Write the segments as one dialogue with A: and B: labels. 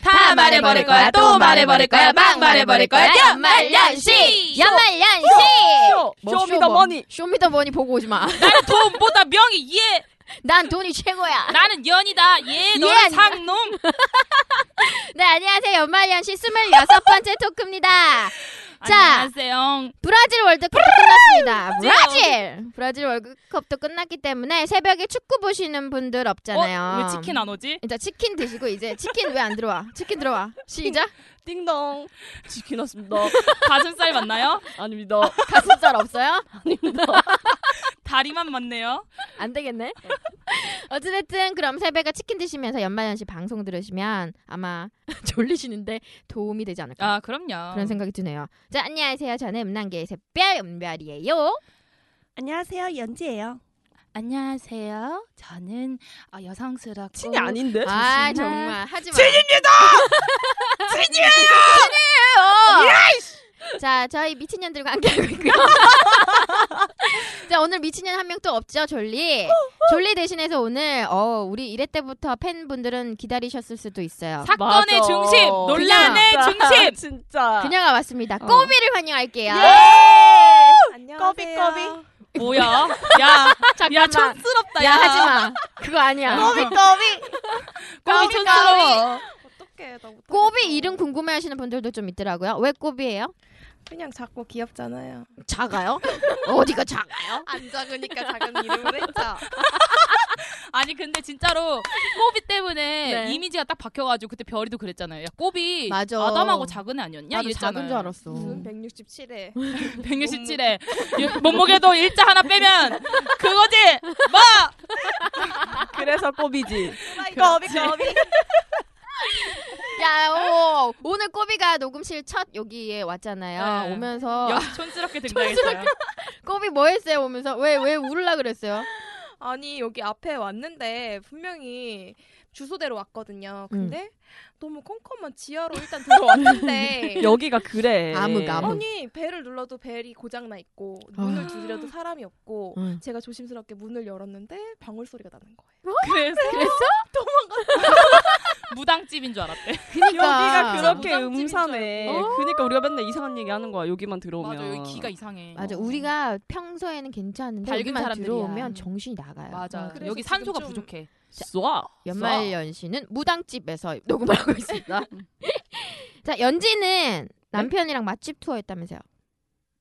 A: 다 말해버릴 거야 또 말해버릴 거야 막 말해버릴 거야 연말 연시
B: 연말 연시.
C: 어,
A: 쇼!
B: 뭐
A: 쇼미더머니!
B: 쇼미더머니 보고 오지 마.
A: 난 돈보다 명이 예
B: 난 돈이 최고야.
A: 나는 연이다 예 너는
B: 아니야.
A: 상놈
B: 네 안녕하세요 연말 연시 스물여섯 번째 토크입니다. 자.
A: 안녕하세요 어,
B: 브라질 월드컵도 끝났습니다. 브라질! 브라질 월드컵도 끝났기 때문에 새벽에 축구 보시는 분들 없잖아요.
A: 어? 왜 치킨 안 오지?
B: 이제 치킨 드시고 이제 치킨 왜 안 들어와? 치킨 들어와. 시작.
D: 띵동 치킨 왔습니다.
A: 가슴살 맞나요?
D: 아닙니다.
B: 가슴살 없어요?
A: 다리만 맞네요
B: 안 되겠네. 어찌됐든 그럼 새벽에 치킨 드시면서 연말연시 방송 들으시면 아마 졸리시는데 도움이 되지 않을까
A: 아 그럼요
B: 그런 생각이 드네요. 자 안녕하세요. 저는 음란계의 새별 은별이에요.
E: 안녕하세요 연지예요.
A: 안녕하세요 저는 아, 여성스럽고
D: 친이 아닌데?
B: 아
A: 좋습니다.
B: 정말 하지마 진입니다 진이에요 진이에요 자 저희 미친년들과 함께하고 있고요 자 오늘 미친년 한 명 또 없죠 졸리 졸리 대신해서 오늘 어 우리 이회 때부터 팬분들은 기다리셨을 수도 있어요
A: 사건의
D: 맞아.
A: 중심 논란의
D: 진짜,
A: 중심
D: 진짜.
B: 그녀가 왔습니다
D: 어.
B: 꼬미를 환영할게요
E: 안녕하세요.
D: 꺼비.
A: 뭐야 야 야,
B: 야
A: 촌스럽다 야,
B: 하지마 그거 아니야
E: 꼬비 꼬비.
A: 꼬비 촌스러워
E: 어떡해 나 못.
B: 꼬비 이름 궁금해하시는 분들도 좀 있더라고요 왜 꼬비예요
E: 그냥 작고 귀엽잖아요.
B: 작아요 어디가 작아요
E: 안 작으니까 작은 이름을 했죠.
A: 아니 근데 진짜로 꼬비 때문에
B: 네.
A: 이미지가 딱 박혀가지고 그때 별이도 그랬잖아요. 야 꼬비 아
B: 맞아.
A: 담하고 작은 애 아니었냐?
B: 나도 작은 줄 알았어
E: 167에
A: 167에 몸무게도 일자 하나 빼면 그거지. 뭐?
D: 그래서 꼬비지.
E: 꼬비 꼬비.
B: 야, 오, 오늘 꼬비가 녹음실 첫 여기에 왔잖아요.
A: 네.
B: 오면서
A: 역시 촌스럽게 등장했어요.
B: 꼬비 뭐 했어요? 오면서 왜 왜 울라 그랬어요?
E: 아니 여기 앞에 왔는데 분명히 주소대로 왔거든요.
D: 음.
E: 근데 너무 컴컴한 지하로 일단 들어왔는데.
D: 여기가 그래. 어,
B: 아무가, 아무.
E: 아니 배를 눌러도 벨이 고장 나 있고
D: 아.
E: 문을 두드려도 사람이
D: 음.
E: 없고
B: 응.
E: 제가 조심스럽게 문을 열었는데 방울 소리가 나는 거예요.
A: 그래서
B: 그랬어?
A: 무당집인 줄 알았대.
D: 여기가
B: 그니까
A: 아,
D: 그렇게 음산해.
B: 어?
D: 그니까 우리가 맨날 이상한 얘기 하는 거야. 여기만 들어오면.
A: 맞아 여기 기가 이상해.
B: 맞아. 우리가 평소에는 괜찮은데
A: 밝은
B: 여기만
A: 어. 사람들이야.
B: 들어오면 정신이 나가요.
A: 맞아
B: 어.
E: 그래서
A: 여기
E: 지금
A: 산소가
E: 좀-
A: 부족해.
D: 쏴.
B: 연말 연시는 무당집에서 녹음을 하고 있습니다. 자, 연지는 남편이랑 맛집 투어했다면서요?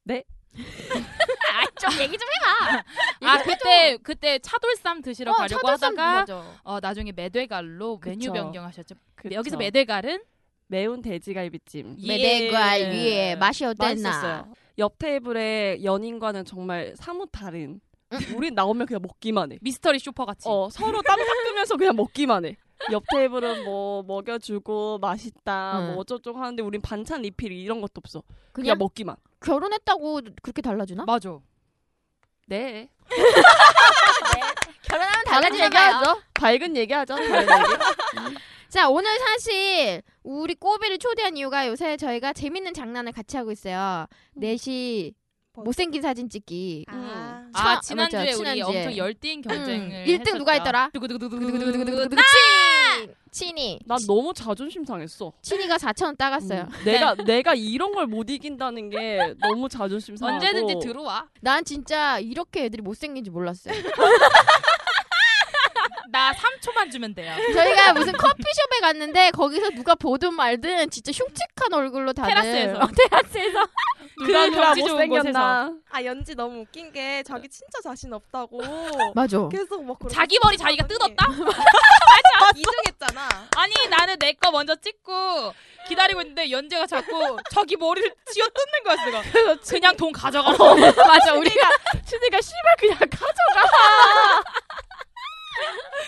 D: 네.
B: 아좀 얘기 좀 해봐.
A: 아 그때 그때 차돌쌈 드시러
B: 어,
A: 가려고
B: 차돌쌈
A: 하다가
B: 맞아.
A: 어, 나중에 메대갈로 메뉴
D: 그쵸.
A: 변경하셨죠.
D: 그쵸.
A: 여기서 메대갈은
D: 매운 돼지갈비찜.
A: 예.
B: 메대과 위에 맛이 어땠나?
D: 맛있었어요. 옆 테이블의 연인과는 정말 사뭇 다른. 우린 나오면 그냥 먹기만 해.
A: 미스터리 쇼퍼 같이.
D: 어 서로 땀 닦으면서 그냥 먹기만 해. 옆 테이블은 뭐 먹여주고 맛있다
B: 응.
D: 뭐 어쩌고 하는데 우린 반찬 리필 이런 것도 없어.
B: 그냥
D: 그냥 뭐 먹기만.
B: 결혼했다고 그렇게 달라지나?
A: 맞아. 네.
B: 결혼하면
E: 아, 네.
D: 밝은 얘기하죠. 밝은 얘기하죠. 밝은 얘기.
B: 자, 오늘 사실 우리 꼬비를 초대한 이유가 요새 저희가 재밌는 장난을 같이 하고 있어요.
F: 음.
B: 넷이
F: 뭐
B: 못생긴 사진
D: 음.
B: 찍기.
E: 아.
B: 참,
F: 아
B: 맞죠,
F: 지난주에 우리
B: 지난주에.
F: 엄청 열띤 경쟁을
B: 음, 일등 누가
F: 했었죠.
B: 했더라?
F: 음. 두구두구두구두구두구두구두구.
B: 아! 친이.
D: 난 너무 자존심 상했어.
B: 친이가 4천 원 따갔어요.
D: 음, 내가 내가 이런 걸 못 이긴다는 게 너무 자존심 상하고.
F: 언제든지 들어와
B: 난 진짜 이렇게 애들이 못생긴지 몰랐어요.
F: 나 3초만 주면 돼요
B: 저희가 무슨 커피숍에 갔는데 거기서 누가 보든 말든 진짜 흉측한 얼굴로 다들
F: 테라스에서.
B: 어, 테라스에서
D: 누가
F: 그
D: 누가
F: 경치
D: 못
F: 좋은
D: 생겼나.
E: 아 연지 너무 웃긴 게
D: 네.
E: 자기 진짜 자신 없다고
B: 맞아.
E: 계속 막 그러고
F: 자기 머리 자기가 뜯었다?
E: 이중했잖아.
F: 아니 나는 내 거 먼저 찍고 기다리고 있는데 연재가 자꾸 저기 머리를 쥐어 뜯는 거야 내가 그냥 돈 가져가라고
B: 맞아 우리가
D: 친이가 씨발 그냥 가져.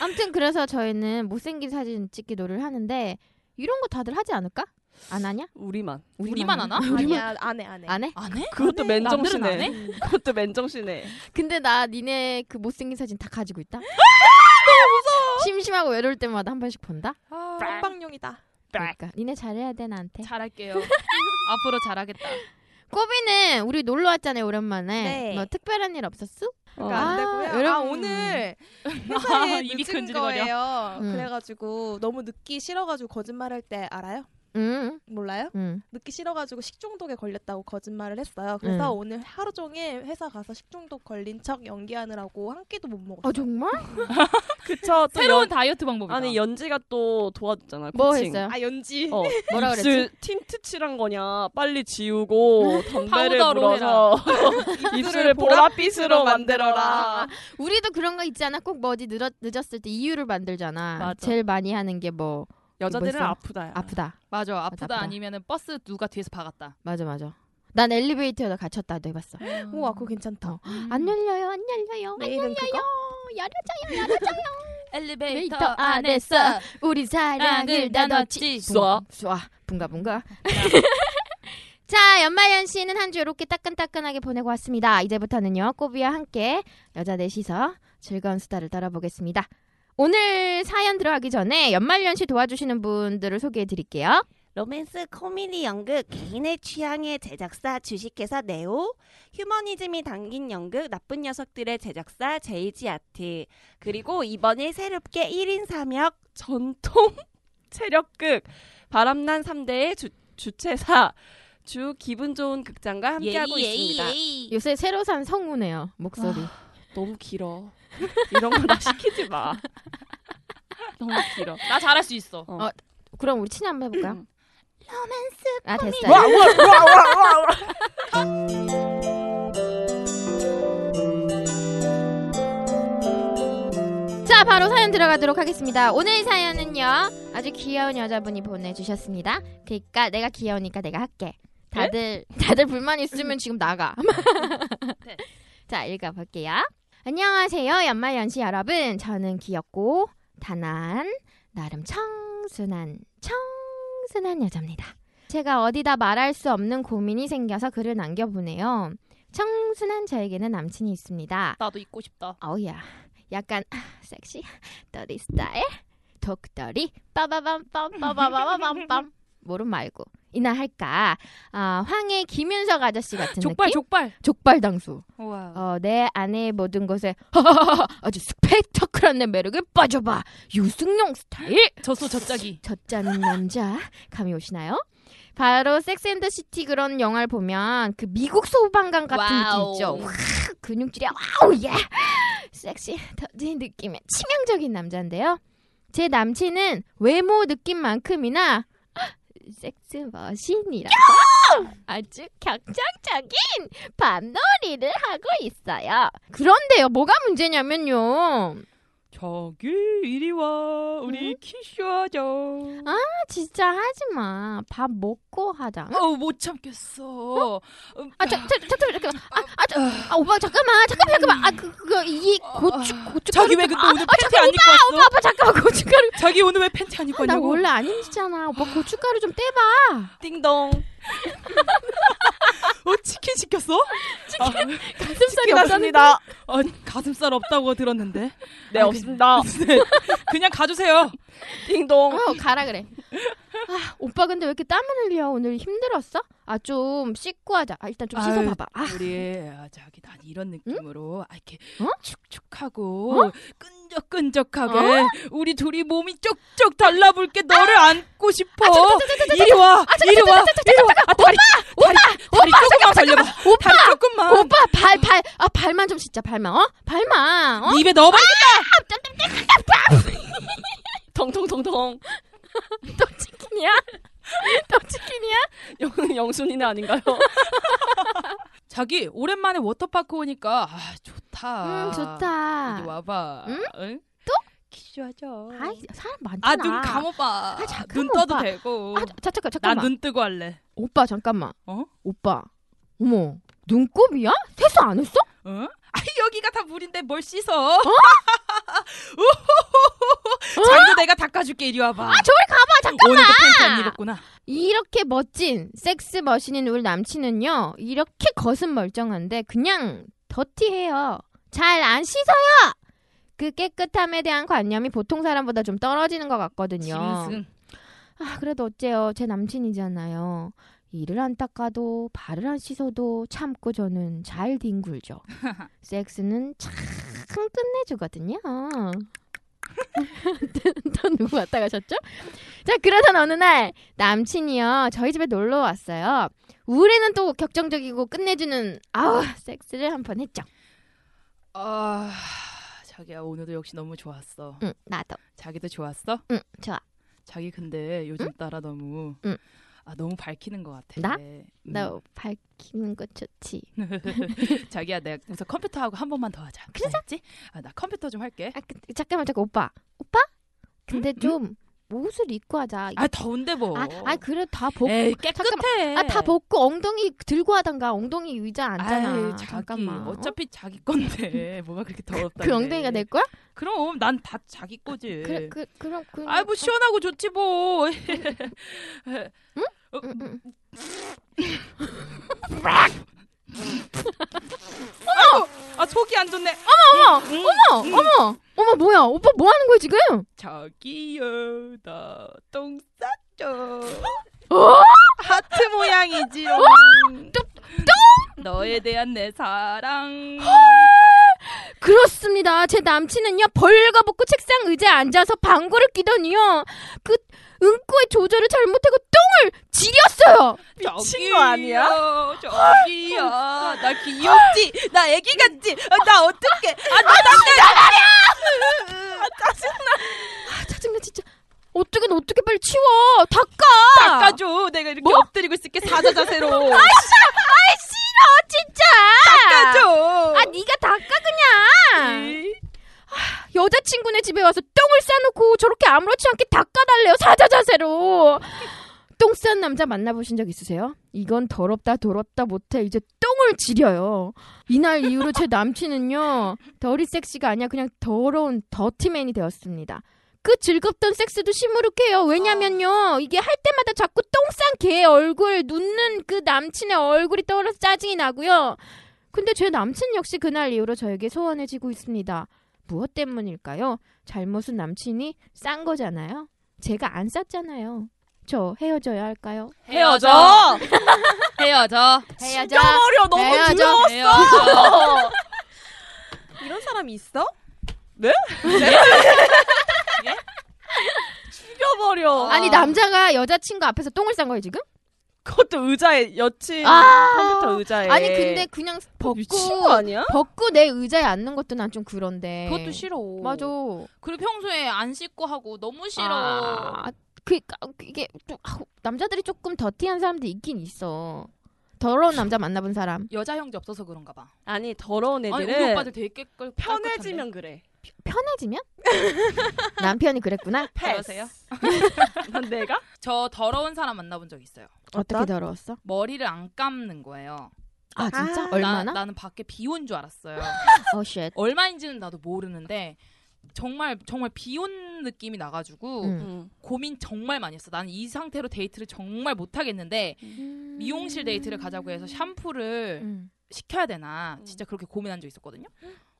B: 아무튼 그래서 저희는 못생긴 사진 찍기도를 하는데 이런 거 다들 하지 않을까? 안 하냐?
D: 우리만.
F: 우리만 하나?
E: 아니야 안 해
F: 네.
E: 안해.
B: 안 해?
F: 안 해?
D: 그것도
F: 남들은 안
D: 맨정신에.
F: 해?
D: 그것도 맨정신에.
B: 근데 나 니네 그 못생긴 사진 다 가지고 있다. 너무 무서워. 심심하고 외로울 때마다 한 번씩 본다.
F: 아.
E: 쌍방용이다.
B: 그러니까 니네 잘해야 돼 나한테.
F: 잘할게요 앞으로 잘하겠다
B: 꼬비는 우리 놀러 왔잖아요 오랜만에.
E: 네.
B: 뭐 특별한 일 없었어?
D: 어.
E: 그러니까
B: 아,
E: 안 되고요. 아,
B: 여러분.
E: 오늘
F: 아,
E: 회사에
F: 입이
E: 늦은
F: 근질거려.
E: 거예요.
B: 음.
E: 그래가지고 너무 늦기 싫어가지고 거짓말할 때 알아요?
B: 응.
E: 몰라요?
B: 응.
E: 늦기 싫어가지고 식중독에 걸렸다고 거짓말을 했어요. 그래서
B: 음.
E: 오늘 하루 종일 회사 가서 식중독 걸린 척 연기하느라고 한 끼도 못 먹었어요.
B: 아 정말?
D: 그쵸. 또
F: 새로운
D: 연-
F: 다이어트 방법이다
D: 아니 연지가 또 도와줬잖아.
B: 뭐
D: 코칭.
B: 했어요?
E: 아 연지.
D: 어,
B: 뭐라
D: 입술
B: 그랬지?
D: 틴트 칠한 거냐? 빨리 지우고 담배를
F: 파우더로
D: 불어서 입술을 보랏빛으로 만들어라.
B: 우리도 그런 거 있잖아. 꼭 뭐지 늦었, 늦었을 때 이유를 만들잖아.
F: 맞아.
B: 제일 많이 하는 게 뭐
D: 여자들은
B: 뭐 있어?
D: 아프다. 야.
B: 아프다.
F: 맞아 아프다
B: 아프다.
F: 아니면은 버스 누가 뒤에서 박았다
B: 맞아 맞아. 난 엘리베이터에다 갇혔다도 해봤어.
E: 우와 그거 괜찮다.
B: 어.
A: 음.
B: 안 열려요, 안 열려요, 안
E: 내일은 그거?
B: 열려요. 열어줘요, 열어줘요.
F: 엘리베이터
B: 메이터 안에서 우리 사랑을 다 넣지.
D: 쏴.
B: 쏴. 붕가붕가. 자, 연말연 씨는 한 주 이렇게 따끈따끈하게 보내고 왔습니다. 이제부터는요, 꼬비와 함께 여자 넷이서 즐거운 수다를 떨어보겠습니다. 오늘 사연 들어가기 전에 연말연 씨 도와주시는 분들을 소개해 드릴게요.
G: 로맨스 코미디 연극 개인의 취향의 제작사 주식회사 네오 휴머니즘이 담긴 연극 나쁜 녀석들의 제작사 제이지 아트 그리고 이번에 새롭게 1인 3역
D: 전통 체력극 바람난 3대의 주, 주최사 주 기분 좋은 극장과 함께하고 있습니다.
B: 요새 새로 산 성우네요, 목소리.
D: 너무 길어. 이런 거 나 시키지 마. 너무 길어.
F: 나 잘할 수 있어
D: 어.
B: 그럼 우리 친해 한번 해볼까요?
D: 음.
B: 아, 됐어요.
H: 와와와와와
B: 자, 바로 사연 들어가도록 하겠습니다. 오늘 사연은요, 아주 귀여운 여자분이 보내주셨습니다. 그니까 내가 귀여우니까 내가 할게. 다들, 다들 불만 있으면 지금 나가.
F: 네.
B: 자, 읽어볼게요. 안녕하세요, 연말연시 여러분. 저는 귀엽고, 단아한, 나름 청순한, 청순한 여자입니다. 제가 어디다 말할 수 없는 고민이 생겨서 글을 남겨보네요. 청순한 저에게는 남친이 있습니다.
F: 나도 있고 싶다
B: 어우야 약간 아, 섹시 떠리 스타일 독떠리 빠바밤 빰빠바바밤빰 모름 말고 이나 할까 아, 황해 김윤석 아저씨 같은
F: 족발
B: 느낌
F: 족발
B: 족발 당수
F: 우와
B: 어, 내 아내의 모든 것에 하하하하 아주 스펙터클한 내 매력에 빠져봐 유승용 스타일
F: 젖소 젖자기
B: 젖자는 남자 감이 오시나요? 바로 섹스앤더시티 그런 영화를 보면 그 미국 소방관 같은
F: 와우.
B: 느낌 있죠. 확 근육질이 와우 예 섹시 터진 느낌의 치명적인 남자인데요. 제 남친은 외모 느낌만큼이나 섹스 머신이라서 아주 격정적인 밤놀이를 하고 있어요. 그런데요, 뭐가 문제냐면요.
D: 저기 이리
F: 어,
D: 와 우리 키쇼하자.
B: 진짜 하지 마. 밥 먹고 하자.
F: 어우 못 참겠어 음,
B: 아, 자, 자, 자, 자, 잠깐만. 아, 아, 저, 아, 오빠 잠깐만, 잠깐만, 잠깐만. 아, 그, 그, 이 고추, 고추.
F: 자기 왜 근데
B: 아,
F: 오늘
B: 아,
F: 팬티 안
B: 잠깐만,
F: 입고
B: 오빠,
F: 왔어?
B: 오빠 잠깐만 고춧가루.
F: 자기 오늘 왜 팬티 안 입고
B: 나
F: 왔냐고?
B: 원래 안 힘지잖아. 오빠 고춧가루 좀 떼봐.
D: 띵동.
A: 어 치킨 시켰어? 치킨
B: 가슴살이
D: 아, 치킨
B: 없다는
D: 왔습니다.
A: 아, 가슴살 없다고 들었는데.
D: 네 없습니다.
A: 네, 그냥 가주세요.
D: 띵동.
B: 어, 가라 그래. 아, 오빠 근데 왜 이렇게 땀을 흘려? 오늘 힘들었어? 아, 좀 씻고 하자. 아, 일단 좀
A: 아유,
B: 씻어봐봐. 아,
A: 우리 아, 저기 난 이런 느낌으로 아, 이렇게
B: 어?
A: 축축하고 끈적끈적하게
B: 어?
A: 우리 둘이 몸이 쪽쪽 달라붙게 너를
B: 아.
A: 안고 싶어. 이리 와, 이리 와, 이리 와. 아, 다리, 오빠, 다리, 다리 조금만 벌려봐.
B: 오빠! 어?
A: 다리 조금만.
B: 오빠 발, 발, 아, 발만 좀 씻자, 발만, 어? 발만, 어?
A: 네 입에 넣어버리겠다.
D: 덩덩덩덩.
B: 또 치킨이야? 또 치킨이야?
D: 영, 영순이는 아닌가요?
A: 자기 오랜만에 워터파크 오니까 아, 좋다.
B: 음, 좋다.
A: 이리 와봐.
B: 응?
A: 응?
B: 또?
A: 키스하자.
B: 아이, 사람 많잖아.
A: 아, 눈 감아봐.
B: 아, 잠깐만,
A: 눈 떠도
B: 오빠.
A: 되고.
B: 아, 자, 잠깐,
A: 나
B: 잠깐만.
A: 눈 뜨고 할래.
B: 오빠, 잠깐만.
A: 어?
B: 오빠. 어머, 눈곱이야? 세수 안 했어?
A: 응? 아 여기가 다 물인데 뭘 씻어?
B: 어?
A: 장도 내가 닦아줄게 이리 와봐.
B: 아, 저리 가봐, 잠깐만!
A: 오늘도 팬티 안 입었구나.
B: 이렇게 멋진 섹스 머신인 우리 남친은요 이렇게 겉은 멀쩡한데 그냥 더티해요 잘 안 씻어요 그 깨끗함에 대한 관념이 보통 사람보다 좀 떨어지는 것 같거든요
A: 짐승.
B: 아 그래도 어째요 제 남친이잖아요 이를 안 닦아도 발을 안 씻어도 참고 저는 잘 뒹굴죠 섹스는 참 끝내주거든요 또 누구 왔다 가셨죠? 자 그러던 어느 날 남친이요 저희 집에 놀러 왔어요. 우리는 또 격정적이고 끝내주는 아우 섹스를 한 번 했죠.
A: 아 자기야 오늘도 역시 너무 좋았어.
B: 응 나도
A: 자기도 좋았어?
B: 응 좋아
A: 자기 근데 요즘 따라 너무
B: 응.
A: 아 너무 밝히는 것 같아.
B: 나?
A: 음.
B: 나 밝히는 거 좋지.
A: 자기야 내가 우선 컴퓨터하고 한 번만 더 하자. 그러지? 아나 컴퓨터 좀 할게.
B: 아 그, 잠깐만 잠깐 오빠 오빠 근데 좀 옷을 입고 하자.
A: 아 더운데 뭐.
B: 아, 아 그래 다 벗고
A: 에이
B: 잠깐만.
A: 깨끗해.
B: 아 다 벗고 엉덩이 들고 하던가 엉덩이 의자 앉잖아.
A: 아이, 자기,
B: 잠깐만.
A: 어차피 자기 건데 뭐가 그렇게 더럽다.
B: 그 엉덩이가 내 거야?
A: 그럼 난 다 자기 거지.
B: 그래 그 그럼 그.
A: 아이 뭐 시원하고 좋지 뭐.
B: 응, 응.
A: 아 속이 안 좋네. 아,
B: 어머 어머 어머 어머 뭐야 오빠 뭐 하는 거야 지금?
A: 저기요 나똥 쌌죠.
B: 어?
A: 하트 모양이지요. 너에 대한 내 사랑.
B: 그렇습니다. 제 남친은요 벌거벗고 책상 의자에 앉아서 방구를 끼더니요 그 응꼬의 조절을 잘못하고 똥을 지렸어요.
D: 미친 거 아니야?
A: 저기요, 저기요.
B: 어.
A: 나 귀엽지? 나
B: 음.
A: 애기 같지? 아, 나 어떡해? 아, 나, 나,
B: 아, 짜증나 진짜. 어떻게든 어떻게 빨리 치워. 닦아.
A: 닦아줘. 내가 이렇게
B: 뭐?
A: 엎드리고 있을게 사자 자세로.
B: 아이 싫어 진짜.
A: 닦아줘.
B: 아 네가 닦아 그냥. 여자친구네 집에 와서 똥을 싸놓고 저렇게 아무렇지 않게 닦아달래요 사자 자세로 똥 싼 남자 만나보신 적 있으세요? 이건 더럽다 더럽다 못해 이제 똥을 지려요 이날 이후로 제 남친은요 더리 섹시가 아니라 그냥 더러운 더티맨이 되었습니다 그 즐겁던 섹스도 시무룩해요 왜냐면요 이게 할 때마다 자꾸 똥 싼 개의 얼굴 눕는 그 남친의 얼굴이 떠올라서 짜증이 나고요 근데 제 남친 역시 그날 이후로 저에게 소원해지고 있습니다 무엇 때문일까요? 잘못은 남친이 싼 거잖아요. 제가 안 쌌잖아요. 저 헤어져야 할까요?
A: 헤어져. 헤어져.
B: 헤어져.
D: 뼈머리가 너무
B: 헤어져.
D: 두려워.
A: 헤어져.
E: 이런 사람이 있어?
D: 뼈버려.
B: 아니 남자가 여자친구 앞에서 똥을 싼 거예요 지금?
D: 그것도 의자에 여친
B: 아.
D: 컴퓨터 의자에. 어,
B: 아니 근데 그냥 벗고
D: 네. 미친 거 아니야?
B: 벗고 내 의자에 앉는 것도 난 좀 그런데.
A: 그것도 싫어.
B: 네. 맞아.
A: 그리고 평소에 안 씻고 하고 너무 싫어.
B: 아, 그니까 이게 좀 아우, 남자들이 조금 더티한 사람도 있긴 있어. 더러운 남자 만나본 사람.
A: 여자 형제 없어서 그런가 봐.
D: 아니 더러운
A: 아니
D: 애들은
A: 우리 오빠들 되게 깨끗
D: 네, 편해지면 그래.
B: 편해지면? 남편이 그랬구나.
A: 그러세요?
D: 내가?
A: 저 더러운 사람 만나본 적 있어요.
B: 어떻게 더러웠어?
A: 머리를 안 감는 거예요.
B: 아 진짜?
I: 아,
B: 얼마나?
A: 나, 는 밖에 비 온 줄 알았어요.
B: 어 쉣.
A: 얼마인지는 나도 모르는데 정말 정말 비 온 느낌이 나가지고
B: 음.
D: 응.
A: 고민 정말 많이 했어. 나는 이 상태로 데이트를 정말 못 하겠는데 미용실 데이트를 가자고 해서 샴푸를
B: 음.
A: 시켜야 되나 진짜 그렇게 고민한 적 있었거든요.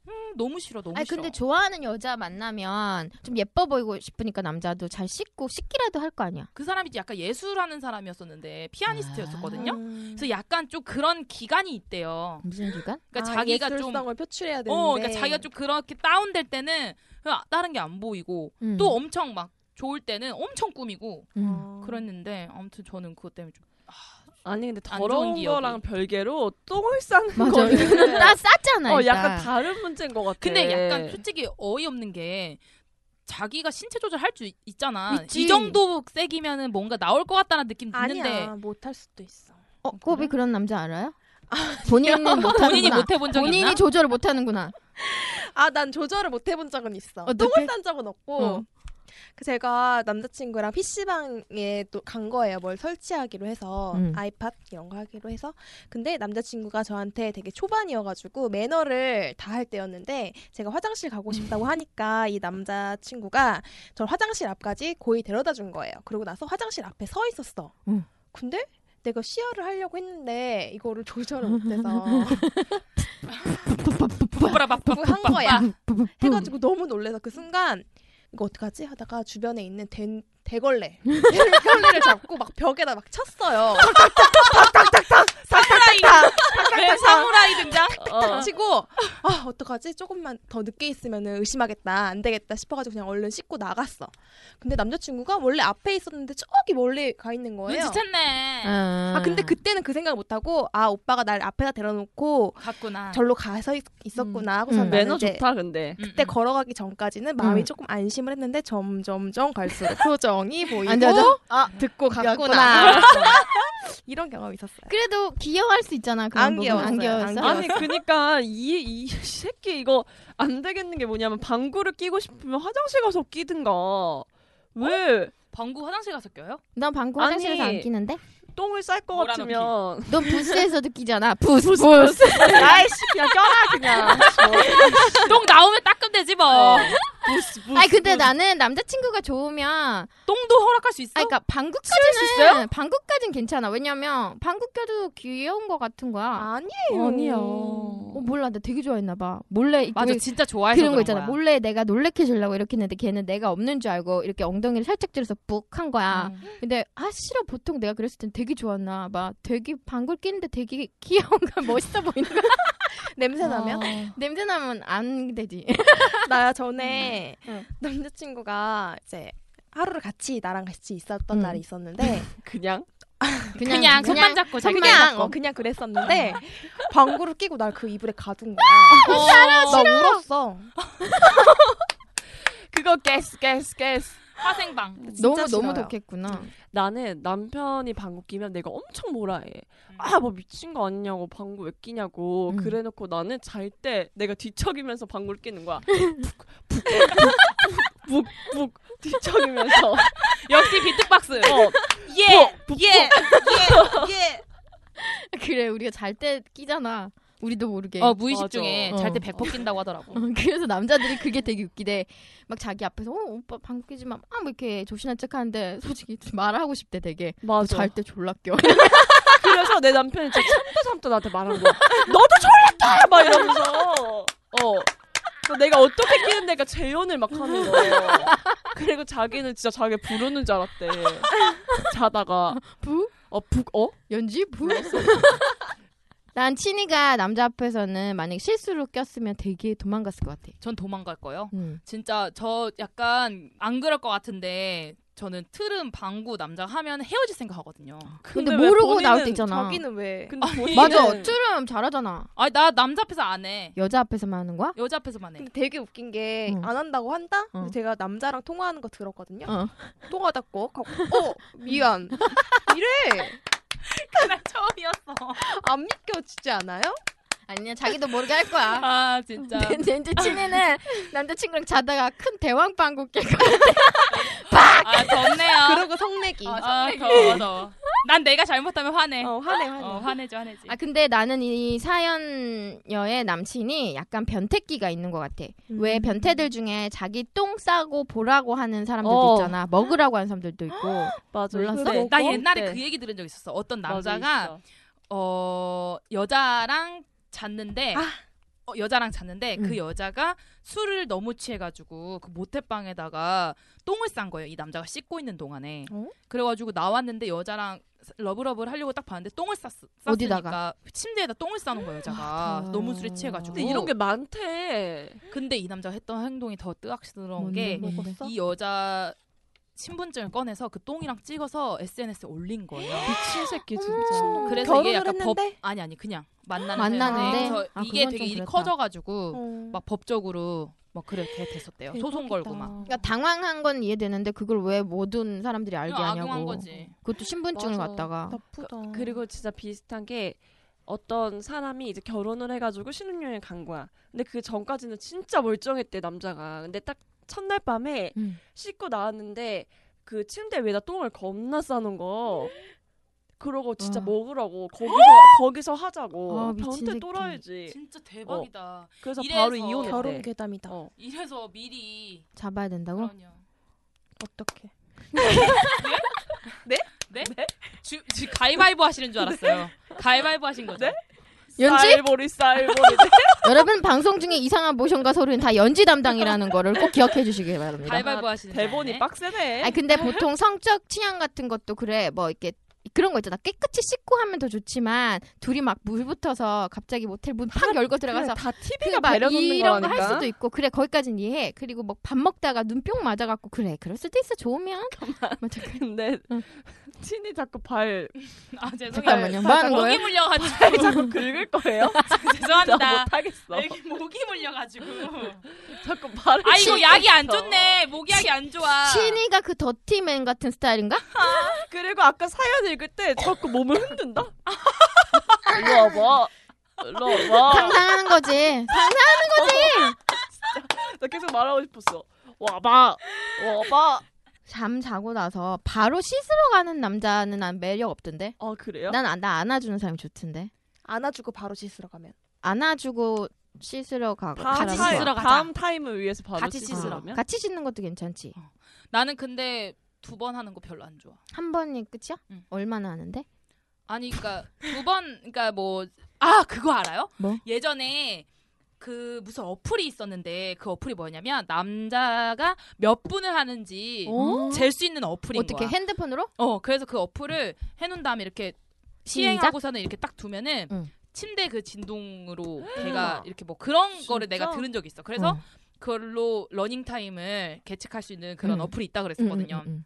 A: 음, 너무 싫어, 너무
B: 아니
A: 싫어.
B: 근데 좋아하는 여자 만나면 좀 예뻐 보이고 싶으니까 남자도 잘 씻고 씻기라도 할 거 아니야.
A: 그 사람이 약간 예술하는 사람이었었는데 피아니스트였었거든요.
J: 음.
A: 그래서 약간 좀 그런 기간이 있대요.
B: 무슨 기간?
A: 그러니까 자기가 좀
E: 아, 예술성을 표출해야 되는데.
A: 어, 그러니까 자기가 좀 그렇게 다운될 때는 그냥 다른 게 안 보이고
B: 음.
A: 또 엄청 막 좋을 때는 엄청 꾸미고
B: 음.
A: 그랬는데 아무튼 저는 그것 때문에 좀
D: 아니 근데
A: 안 좋은
D: 더러운
A: 기억이.
D: 거랑 별개로 똥을 싸는
B: 맞아.
D: 거는
B: 이거는 나 쌌잖아.
D: 어,
B: 일단.
D: 약간 다른 문제인 것 같아.
A: 근데 약간 솔직히 어이없는 게 자기가 신체 조절할 수 있- 있잖아.
B: 있지.
A: 이 정도 세기면은 뭔가 나올 것 같다는 느낌 드는데
E: 아니야 못할 수도 있어.
B: 어, 꼬비 그런 남자 알아요? 본인은 못하는구나.
A: 본인이 못 해본 적이
B: 뭐 본인이
A: 있나?
B: 조절을 못하는구나.
E: 아 난 조절을 못 해본 적은 있어.
B: 어떡해?
E: 똥을 싼 적은 없고.
B: 어.
E: 그 제가 남자친구랑 PC방에 또 간 거예요. 뭘 설치하기로 해서
B: 음.
E: 아이팟 이런 거 하기로 해서. 근데 남자친구가 저한테 되게 초반이어가지고 매너를 다 할 때였는데 제가 화장실 가고 싶다고 하니까 이 남자친구가 저를 화장실 앞까지 거의 데려다 준 거예요. 그러고 나서 화장실 앞에 서 있었어.
B: 음.
E: 근데 내가 시야를 하려고 했는데 이거를 조절을 못해서
A: 부부라바부
E: 한 거야. 해가지고 너무 놀래서 그 순간 이거 어떡하지 하다가 주변에 있는 대, 대걸레 대걸레를 잡고 막 벽에다 막 쳤어요.
A: 사무라이 왜 사무라이 등장?
D: 어.
E: 딱 치고 아 어떡하지 조금만 더 늦게 있으면 의심하겠다 안 되겠다 싶어가지고 그냥 얼른 씻고 나갔어. 근데 남자친구가 원래 앞에 있었는데 저기 멀리 가 있는 거예요.
A: 눈치챘네.
B: 아,
E: 아 근데 그때는 그 생각을 못하고 아 오빠가 날 앞에다 데려놓고
A: 갔구나.
E: 절로 가서 있, 있었구나 하고서
B: 음,
E: 나는
D: 매너
E: 이제
D: 좋다 근데.
A: 음,
E: 그때
A: 음.
E: 걸어가기 전까지는 마음이
B: 음.
E: 조금 안심을 했는데 점점점 갈수록 표정이 보이고
B: 안 돼, 안 돼. 아,
E: 듣고 갔구나
B: 갔구나.
E: 이런 경험이 있었어요.
B: 그래도 귀여워할 수 있잖아. 그런
E: 안
B: 부분.
E: 귀여웠어요.
B: 안 귀여웠어?
E: 안
D: 아니 그니까 이 이 새끼 이거 안 되겠는 게 뭐냐면 방구를 끼고 싶으면 화장실 가서 끼든가. 왜
A: 방구 화장실 가서 껴요?
B: 난 방구
D: 아니.
B: 화장실에서 안 끼는데?
D: 똥을 쌀 것
A: 뭐라
D: 같으면
B: 넌 부스에서도 끼잖아. 부스, 부스.
D: 아이씨 그냥 껴라 그냥. 어.
A: 똥 나오면 닦으면 되지 뭐.
D: 네.
B: 아니, 근데 나는 남자친구가 좋으면,
A: 똥도 허락할 수 있어?
B: 아니, 그러니까 그니까 방구까지는, 방구까지는 괜찮아. 왜냐면, 방구 껴도 귀여운 거 같은 거야.
E: 아니에요.
B: 어, 몰라. 나 되게 좋아했나봐. 몰래,
A: 맞아
B: 이쪽에
A: 진짜 좋아해서
B: 그런 거 있잖아.
A: 거야.
B: 몰래 내가 놀래켜 주려고 이렇게 했는데 걔는 내가 없는 줄 알고 이렇게 엉덩이를 살짝 들어서 뿍 한 거야.
A: 음.
B: 근데 아 싫어 보통 내가 그랬을 땐 되게 좋았나 봐. 되게 방울 끼는데 되게 귀여운 거 멋있어 보이는 거
E: 냄새 나면
B: 냄새 나면 안 되지.
E: 나 전에
B: 응.
E: 남자친구가 이제 하루를 같이 나랑 같이 있었던
B: 응.
E: 날이 있었는데
D: 그냥
A: 그냥, 손만 잡고
B: 손만 그냥,
A: 자기가
E: 그냥 어,
B: 어.
E: 그냥 그랬었는데 방구를 끼고 날 그 이불에 가둔 거야.
A: 어,
E: 나 울었어.
D: 그거 깨스 깨스 깨스.
A: 화생방.
B: 너무
E: 싫어요.
B: 너무 독했구나.
D: 나는 남편이 방구 끼면 내가 엄청 뭐라해. 아 뭐 미친 거 아니냐고 방구 왜 끼냐고
B: 음.
D: 그래놓고 나는 잘 때 내가 뒤척이면서 방구를 끼는 거야. 푹푹푹푹 뒤척이면서
A: 역시 비트박스.
D: 어,
E: 예, 예예예
B: 그래 우리가 잘 때 끼잖아. 우리도 모르게.
A: 어 무의식
D: 맞아.
A: 중에
B: 예. 어.
A: 잘 때 100% 낀다고 하더라고.
B: 어, 그래서 남자들이 그게 되게 웃기대. 막 자기 앞에서 어 오빠 방귀 끼지 마. 아뭐 이렇게 조신한 척하는데 솔직히 말하고 싶대 되게.
D: 맞아.
B: 잘 때 졸라 껴.
D: 그래서 내 남편이 진짜 참다 참다 나한테 말한 거야. 너도 졸랐다! 막 이러면서. 어. 그래서 내가 어떻게 끼는 데가 재연을 막 하는 거야. 그리고 자기는 진짜 자기 부르는 줄 알았대. 자다가.
B: 부?
D: 어, 부, 어?
B: 연지 불렀어 난 친이가 남자 앞에서는 만약에 실수로 꼈으면 되게 도망갔을 것 같아.
A: 전 도망갈 거예요.
B: 음.
A: 진짜 저 약간 안 그럴 것 같은데 저는 트름 방구 남자 하면 헤어질 생각하거든요.
D: 아.
B: 근데,
D: 근데 왜
B: 모르고 나올 때
D: 본인은
B: 있잖아.
E: 여기는 왜?
D: 근데 본인은
B: 맞아. 쭈름 잘하잖아.
A: 아니 나 남자 앞에서 안 해.
B: 여자 앞에서만 하는 거야?
A: 여자 앞에서만 해.
E: 근데 되게 웃긴 게
B: 응.
E: 안 한다고 한다?
B: 응.
E: 근데 제가 남자랑 통화하는 거 들었거든요.
B: 어.
E: 통화하다 꼭 하고, 어 미안 이래
A: 그날 처음이었어.
E: 안 믿겨지지 않아요?
B: 아니야 자기도 모르게 할 거야.
A: 아 진짜.
B: 근데 네, 이제 친이는 남자친구랑 자다가 큰 대왕빵구 깨고
A: 아 덥네요.
E: 그러고 성내기.
A: 아 더워 더워. 나 난 내가 잘못하면 화내.
D: 어, 화내, 화내.
A: 어, 화내지, 화내지.
B: 아 근데 나는 이 사연녀의 남친이 약간 변태기가 있는 것 같아.
D: 음.
B: 왜 변태들 중에 자기 똥 싸고 보라고 하는 사람들도
D: 어.
B: 있잖아. 먹으라고 하는 사람들도 있고.
D: 맞아.
B: 몰랐어? 뭐,
D: 이거 먹고
A: 나 옛날에
D: 네.
A: 그 얘기 들은 적 있었어. 어떤
D: 맞아,
A: 남자가
D: 있어.
A: 어 여자랑 잤는데 어, 여자랑 잤는데
B: 아. 음.
A: 그 여자가 술을 너무 취해가지고 그 모태방에다가 똥을 싼 거예요. 이 남자가 씻고 있는 동안에
E: 어?
A: 그래가지고 나왔는데 여자랑 러브러브를 하려고 딱 봤는데 똥을 쌌, 쌌으니까
B: 어디다가?
A: 침대에다 똥을 싸는 거예요. 여자가
B: 아,
A: 너무 술에 취해가지고.
D: 근데 이런 게 많대.
A: 근데 이 남자가 했던 행동이 더 뜨악스러운 게
B: 뭔데,
A: 이
B: 뭔데?
A: 여자 신분증을 꺼내서 그 똥이랑 찍어서 SNS에 올린 거예요.
D: 미친 새끼 진짜.
A: 그래서
E: 결혼을
A: 이게 약간 법
E: 했는데?
A: 아니 아니 그냥 만나는데,
B: 만나는데?
A: 그래서
B: 아,
A: 이게
B: 그건
A: 되게
B: 좀
A: 일이
B: 그랬다.
A: 커져가지고
E: 어.
A: 막 법적으로 뭐 그렇게 됐었대요 소송 걸고 막
B: 그러니까 당황한 건 이해되는데 그걸 왜 모든 사람들이 알게
A: 그냥
B: 하냐고.
A: 악용한 아, 거지
B: 그것도 신분증을
D: 맞아.
B: 갖다가.
E: 나쁘다.
B: 어.
D: 그리고 진짜 비슷한 게 어떤 사람이 이제 결혼을 해가지고 신혼여행 간 거야. 근데 그 전까지는 진짜 멀쩡했대 남자가. 근데 딱 첫날 밤에
B: 음.
D: 씻고 나왔는데 그 침대 위에다 똥을 겁나 싸는 거. 그러고 진짜
B: 와.
D: 먹으라고 거기서 거기서 하자고
B: 아, 미친
D: 변태
B: 새끼.
D: 또라이지.
A: 진짜 대박이다
D: 그래서
A: 이래서
D: 바로 이혼했대.
E: 결혼 괴담이다.
D: 어.
A: 이래서 미리
B: 잡아야 된다고?
A: 그럼요
E: 어떻게?
A: 네? 주, 지 가위바위보 하시는 줄 알았어요
D: 네?
A: 가위바위보 하신 거죠?
B: 연지?
D: 쌀보리 쌀보리.
B: 여러분 방송 중에 이상한 모션과 소리는 다 연지 담당이라는 거를 꼭 기억해 주시기 바랍니다.
A: 가위바위보 하시는 줄
D: 대본이
A: 알았네.
D: 빡세네.
B: 아니 그 근데 보통 성적 취향 같은 것도 그래 뭐 이렇게 그런 거 있잖아 깨끗이 씻고 하면 더 좋지만 둘이 막 물 붙어서 갑자기 모텔 문 팍 열고 들어가서
D: 아, 다 TV가
B: 그막
D: 배려놓는
B: 이런 거 할
D: 거라니까.
B: 수도 있고 그래 거기까진 이해 그리고 막 밥 먹다가 눈뿅 맞아갖고 그래 그럴 수도 있어 좋으면 맞아, 그-
D: 근데
B: 응.
D: 친이 자꾸 발
A: 아 죄송해요
B: 잠깐만요 뭐 하는
A: 목이
B: 거예요?
A: 물려가지고
D: 자꾸 긁을 거예요. 나
A: 죄송합니다
D: 못하겠어.
A: 아, 여기 목이 물려가지고
D: 자꾸 발을.
A: 아 이거
D: 치-
A: 약이 안 좋네 목이 약이 안 좋아
B: 신이가 그 더티맨 같은 스타일인가?
D: 그리고 아까 사연 읽을 때 자꾸 몸을 흔든다. 일로 와봐. 일로 와봐.
B: 상상하는 거지
D: 나 계속 말하고 싶었어. 와봐. 와봐.
B: 잠 자고 나서 바로 씻으러 가는 남자는 난 매력 없던데
D: 아 그래요?
B: 난 나 안아주는 사람이 좋던데
E: 안아주고 바로 씻으러 가면.
B: 안아주고 씻으러 가고
D: 다음
B: 가라고.
A: 씻으러 가자.
D: 다음 타임을 위해서 바로
A: 같이
B: 어,
A: 씻으러.
D: 면
B: 같이 씻는 것도 괜찮지.
A: 나는 근데 두 번 하는 거 별로 안 좋아.
B: 한 번이 끝이야?
A: 응.
B: 얼마나 하는데?
A: 아니 그러니까 두 번 그러니까 뭐 아 그거 알아요?
B: 뭐?
A: 예전에 그 무슨 어플이 있었는데 그 어플이 뭐냐면 남자가 몇 분을 하는지
B: 어?
A: 잴 수 있는 어플인
B: 어떻게
A: 예. 거야.
B: 핸드폰으로?
A: 어 그래서 그 어플을 해놓은 다음에 이렇게 시행하고서는 이렇게 딱 두면은
B: 응.
A: 침대 그 진동으로 걔가 이렇게 뭐 그런 거를 내가 들은 적이 있어. 그래서
B: 어.
A: 그걸로 러닝 타임을 계측할 수 있는 그런
B: 음.
A: 어플이 있다
B: 응,
A: 그랬었거든요.
B: 응, 응, 응.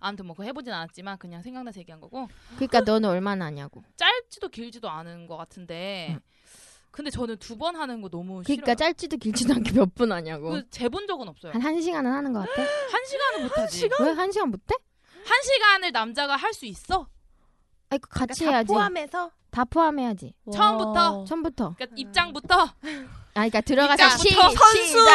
A: 아무튼 뭐 그거 해보진 않았지만 그냥 생각나서 얘기한 거고
B: 그러니까 너는 얼마나 하냐고.
A: 짧지도 길지도 않은 것 같은데
B: 응.
A: 근데 저는 두 번 하는 거 너무
B: 음. 그러니까
A: 싫어요.
B: 짧지도 길지도 않게 몇 분 하냐고.
A: 그 재본 적은 없어요.
B: 한 한 시간은 하는 것 같아?
A: 한 시간은 못하지. 한,
B: 왜 한 시간 못해?
A: 시간? 을 남자가 할 수 있어?
B: 아니 그 같이
E: 그러니까 다
B: 해야지.
E: 포함해서
B: 다 포함해야지.
A: 처음부터?
B: 처음부터.
A: 그러니까 입장부터
B: 아, 그러니까 들어가서 시,
A: 시작부터
B: 선수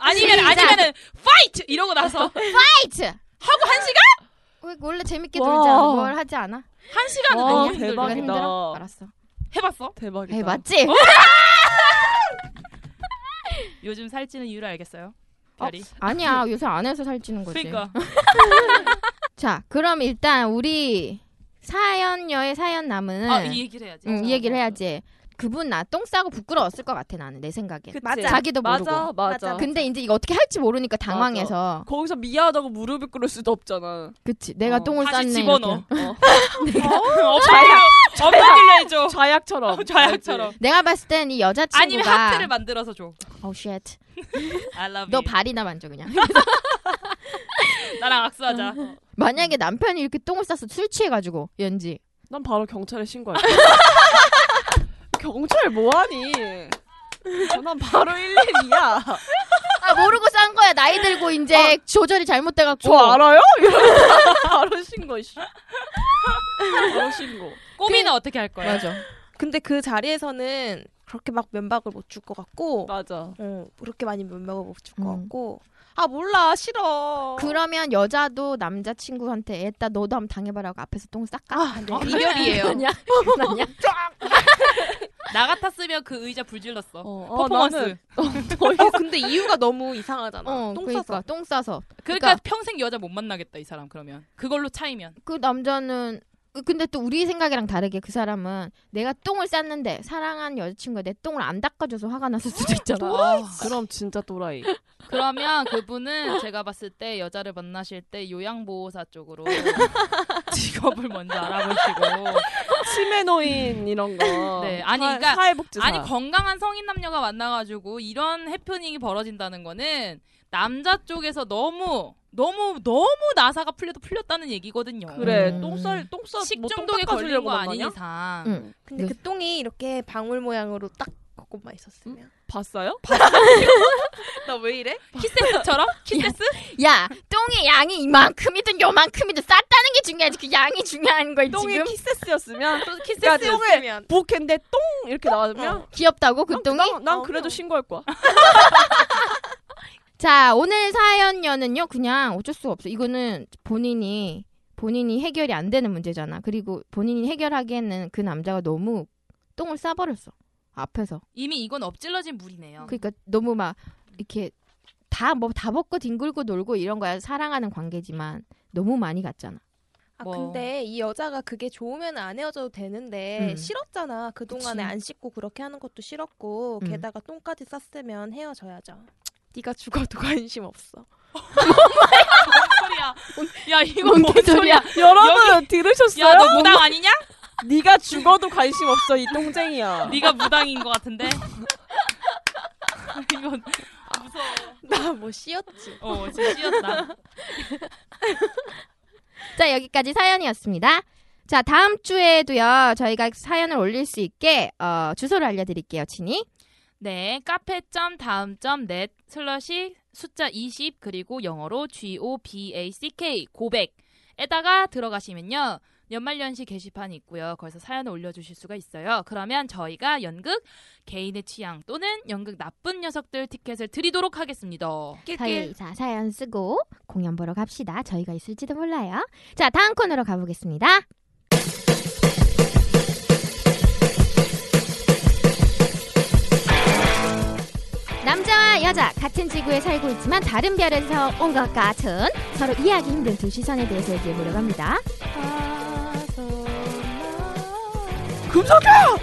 A: 아니면 아니면은 파이트 이러고 나서
B: 파이트 하고 한 시간? 왜 원래 재밌게 놀자.
D: 와.
B: 뭘 하지 않아?
A: 한 시간은
D: 와,
A: 너무
B: 아니야?
A: 힘들어.
D: 대박이다.
B: 힘들어? 알았어.
A: 그러니까. 해봤어?
D: 대박이다.
B: 에 맞지?
A: 요즘 살찌는 이유를 알겠어요. 별이.
B: 아니야 요새 안 해서 살찌는 거지.
A: 그러니까
B: 자, 그럼 일단 우리 사연녀의 사연 남은
A: 아, 이 얘기를 해야지.
B: 응, 네. 음, 이 얘기를 해야지. 그분 나 똥 싸고 부끄러웠을 것 같아 나는 내 생각엔.
D: 그치?
E: 맞아.
B: 자기도
D: 맞아
B: 모르고.
D: 맞아.
B: 근데 이제 이거 어떻게 할지 모르니까 당황해서.
D: 거기서 미안하다고 무릎을 꿇을 수도 없잖아.
B: 그치. 내가
D: 어,
B: 똥을
A: 다시
B: 쌌네.
A: 집어넣어. 어.
B: 이렇게.
A: 네. 없어질려 아, 해줘.
D: 좌약처럼.
A: 좌약처럼.
B: 내가 봤을 땐 이 여자친구가
A: 아니면 하트를 아, 예. 만들어서 줘.
B: oh, shit.
A: I love
B: 너
A: you.
B: 발이나 만져 그냥.
A: 나랑 악수하자.
B: 만약에 남편이 이렇게 똥을 싸서 술 취해가지고 연지.
D: 난 바로 경찰에 신고할게. 경찰 뭐하니? 어, 난 바로 112야.
B: 아 모르고 싼 거야 나이 들고
A: 어.
B: 이제 조절이 잘못돼갖고.
D: 저 알아요? 이러면서 바로 신고 이씨. 바로 신고.
A: 꼬미는 어떻게 할 거야?
B: 맞아.
E: 근데 그 자리에서는 그렇게 막 면박을 못 줄 것 같고
D: 맞아.
E: 어, 그렇게 많이 면박을 못 줄 것
B: 음.
E: 같고
D: 아 몰라 싫어.
B: 그러면 여자도 남자친구한테 애따 너도 한번 당해봐라고 앞에서 똥 싹 까.
D: 아, 네.
A: 어, 이별이에요.
B: 아니야? 아니야?
A: 나 같았으면 그 의자 불질렀어.
D: 어, 어,
A: 퍼포먼스.
D: 나는-
E: 어, 근데 이유가 너무 이상하잖아.
B: 어,
E: 똥
B: 그러니까,
E: 싸서.
B: 똥 싸서.
A: 그러니까,
B: 그러니까-
A: 평생 여자 못 만나겠다 이 사람 그러면 그걸로 차이면
B: 그 남자는 근데 또 우리 생각이랑 다르게 그 사람은 내가 똥을 쌌는데 사랑한 여자친구가 내 똥을 안 닦아줘서 화가 났을 수도 있잖아.
D: 그럼 진짜 또라이.
A: 그러면 그분은 제가 봤을 때 여자를 만나실 때 요양보호사 쪽으로 직업을 먼저 알아보시고
D: 치매 노인 이런 거.
A: 네, 아니,
D: 사-
A: 그러니까-
D: 사회복지사.
A: 아니 건강한 성인 남녀가 만나가지고 이런 해프닝이 벌어진다는 거는 남자 쪽에서 너무 너무 너무 나사가 풀려도 풀렸다는 얘기거든요.
D: 그래
B: 음.
D: 똥쌀 뭐 똥쌀
A: 식중독에 걸린 거 아닌 이상
B: 응.
E: 근데 그 똥이 이렇게 방울 모양으로 딱 그것만 있었으면.
D: 봤어요?
E: 음? 나 왜 이래?
A: 키세스처럼 키세스
B: 야, 똥의 양이 이만큼이든 요만큼이든 쌌다는 게 중요하지. 그 양이 중요한 걸
D: 똥이
B: 지금
D: 키세스였으면
E: 키스 그러니까 똥을.
D: 부캔데 똥 이렇게
A: 어.
D: 나왔으면
B: 귀엽다고 그 똥이?
D: 난, 난
E: 어,
D: 그래도
E: 그럼.
D: 신고할 거야.
B: 자, 오늘 사연녀는요, 그냥 어쩔 수 없어. 이거는 본인이, 본인이 해결이 안 되는 문제잖아. 그리고 본인이 해결하기에는 그 남자가 너무 똥을 싸버렸어. 앞에서.
A: 이미 이건 엎질러진 물이네요.
B: 그러니까 너무 막, 이렇게 다, 뭐, 다 벗고 뒹굴고 놀고 이런 거야. 사랑하는 관계지만 너무 많이 갔잖아.
E: 아
A: 뭐.
E: 근데 이 여자가 그게 좋으면 안 헤어져도 되는데
B: 음.
E: 싫었잖아. 그 동안에
B: 그치.
E: 안 씻고 그렇게 하는 것도 싫었고
B: 음.
E: 게다가 똥까지 쌌으면 헤어져야죠. 네가 죽어도 관심 없어.
A: 소리야. 야 이거 뭔 소리야?
D: 여러분 들으셨어요?
A: 야 너 무당 아니냐?
D: 네가 죽어도 관심 없어 이 똥쟁이야.
A: 네가 무당인 것 같은데. 이건 무서워.
E: 나 뭐 씌었지.
A: 어 지금 씌었다.
B: 자, 여기까지 사연이었습니다. 자, 다음 주에도요, 저희가 사연을 올릴 수 있게, 어, 주소를 알려드릴게요, 친이.
A: 네, 카페 점 다음 점 넷 슬러시 숫자 20 그리고 영어로 G O B A C K 고백에다가 들어가시면요. 연말연시 게시판이 있고요. 거기서 사연을 올려주실 수가 있어요. 그러면 저희가 연극 개인의 취향 또는 연극 나쁜 녀석들 티켓을 드리도록 하겠습니다.
B: 저희 자 사연 쓰고 공연 보러 갑시다. 저희가 있을지도 몰라요. 자 다음 코너로 가보겠습니다. 남자와 여자 같은 지구에 살고 있지만 다른 별에서 온 것 같은 서로 이해하기 힘든 두 시선에 대해서 얘기해 보려고 합니다. 아, 금성녀!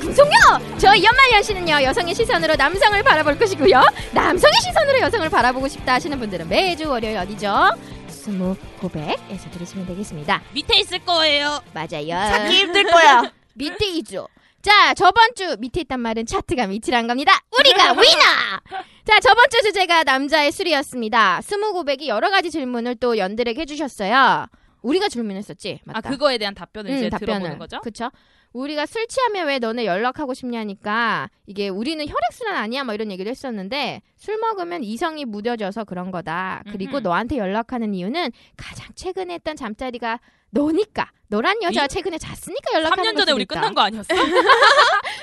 B: 금성녀! 저희 연말연시는요 여성의 시선으로 남성을 바라볼 것이고요 남성의 시선으로 여성을 바라보고 싶다 하시는 분들은 매주 월요일 어디죠? 스무 고백에서 들으시면 되겠습니다.
A: 밑에 있을 거예요.
B: 맞아요.
D: 힘들 거야.
B: 밑에 있죠. 자, 저번 주 밑에 있단 말은 차트가 밑이란 겁니다. 우리가 위너! 자, 저번 주 주제가 남자의 술이었습니다. 스무 고백이 여러 가지 질문을 또 연들에게 해주셨어요. 우리가 질문했었지? 맞다.
A: 아 그거에 대한 답변을
B: 응,
A: 이제 들어보는 거죠?
B: 그쵸? 우리가 술 취하면 왜 너네 연락하고 싶냐니까 이게 우리는 혈액순환 아니야 뭐 이런 얘기를 했었는데 술 먹으면 이성이 무뎌져서 그런 거다. 그리고
A: 음흠.
B: 너한테 연락하는 이유는 가장 최근에 했던 잠자리가 너니까 너란 여자가
A: 이-
B: 최근에 잤으니까 연락하는
A: 3년 전에
B: 걸 수도
A: 우리
B: 있다.
A: 끝난 거 아니었어?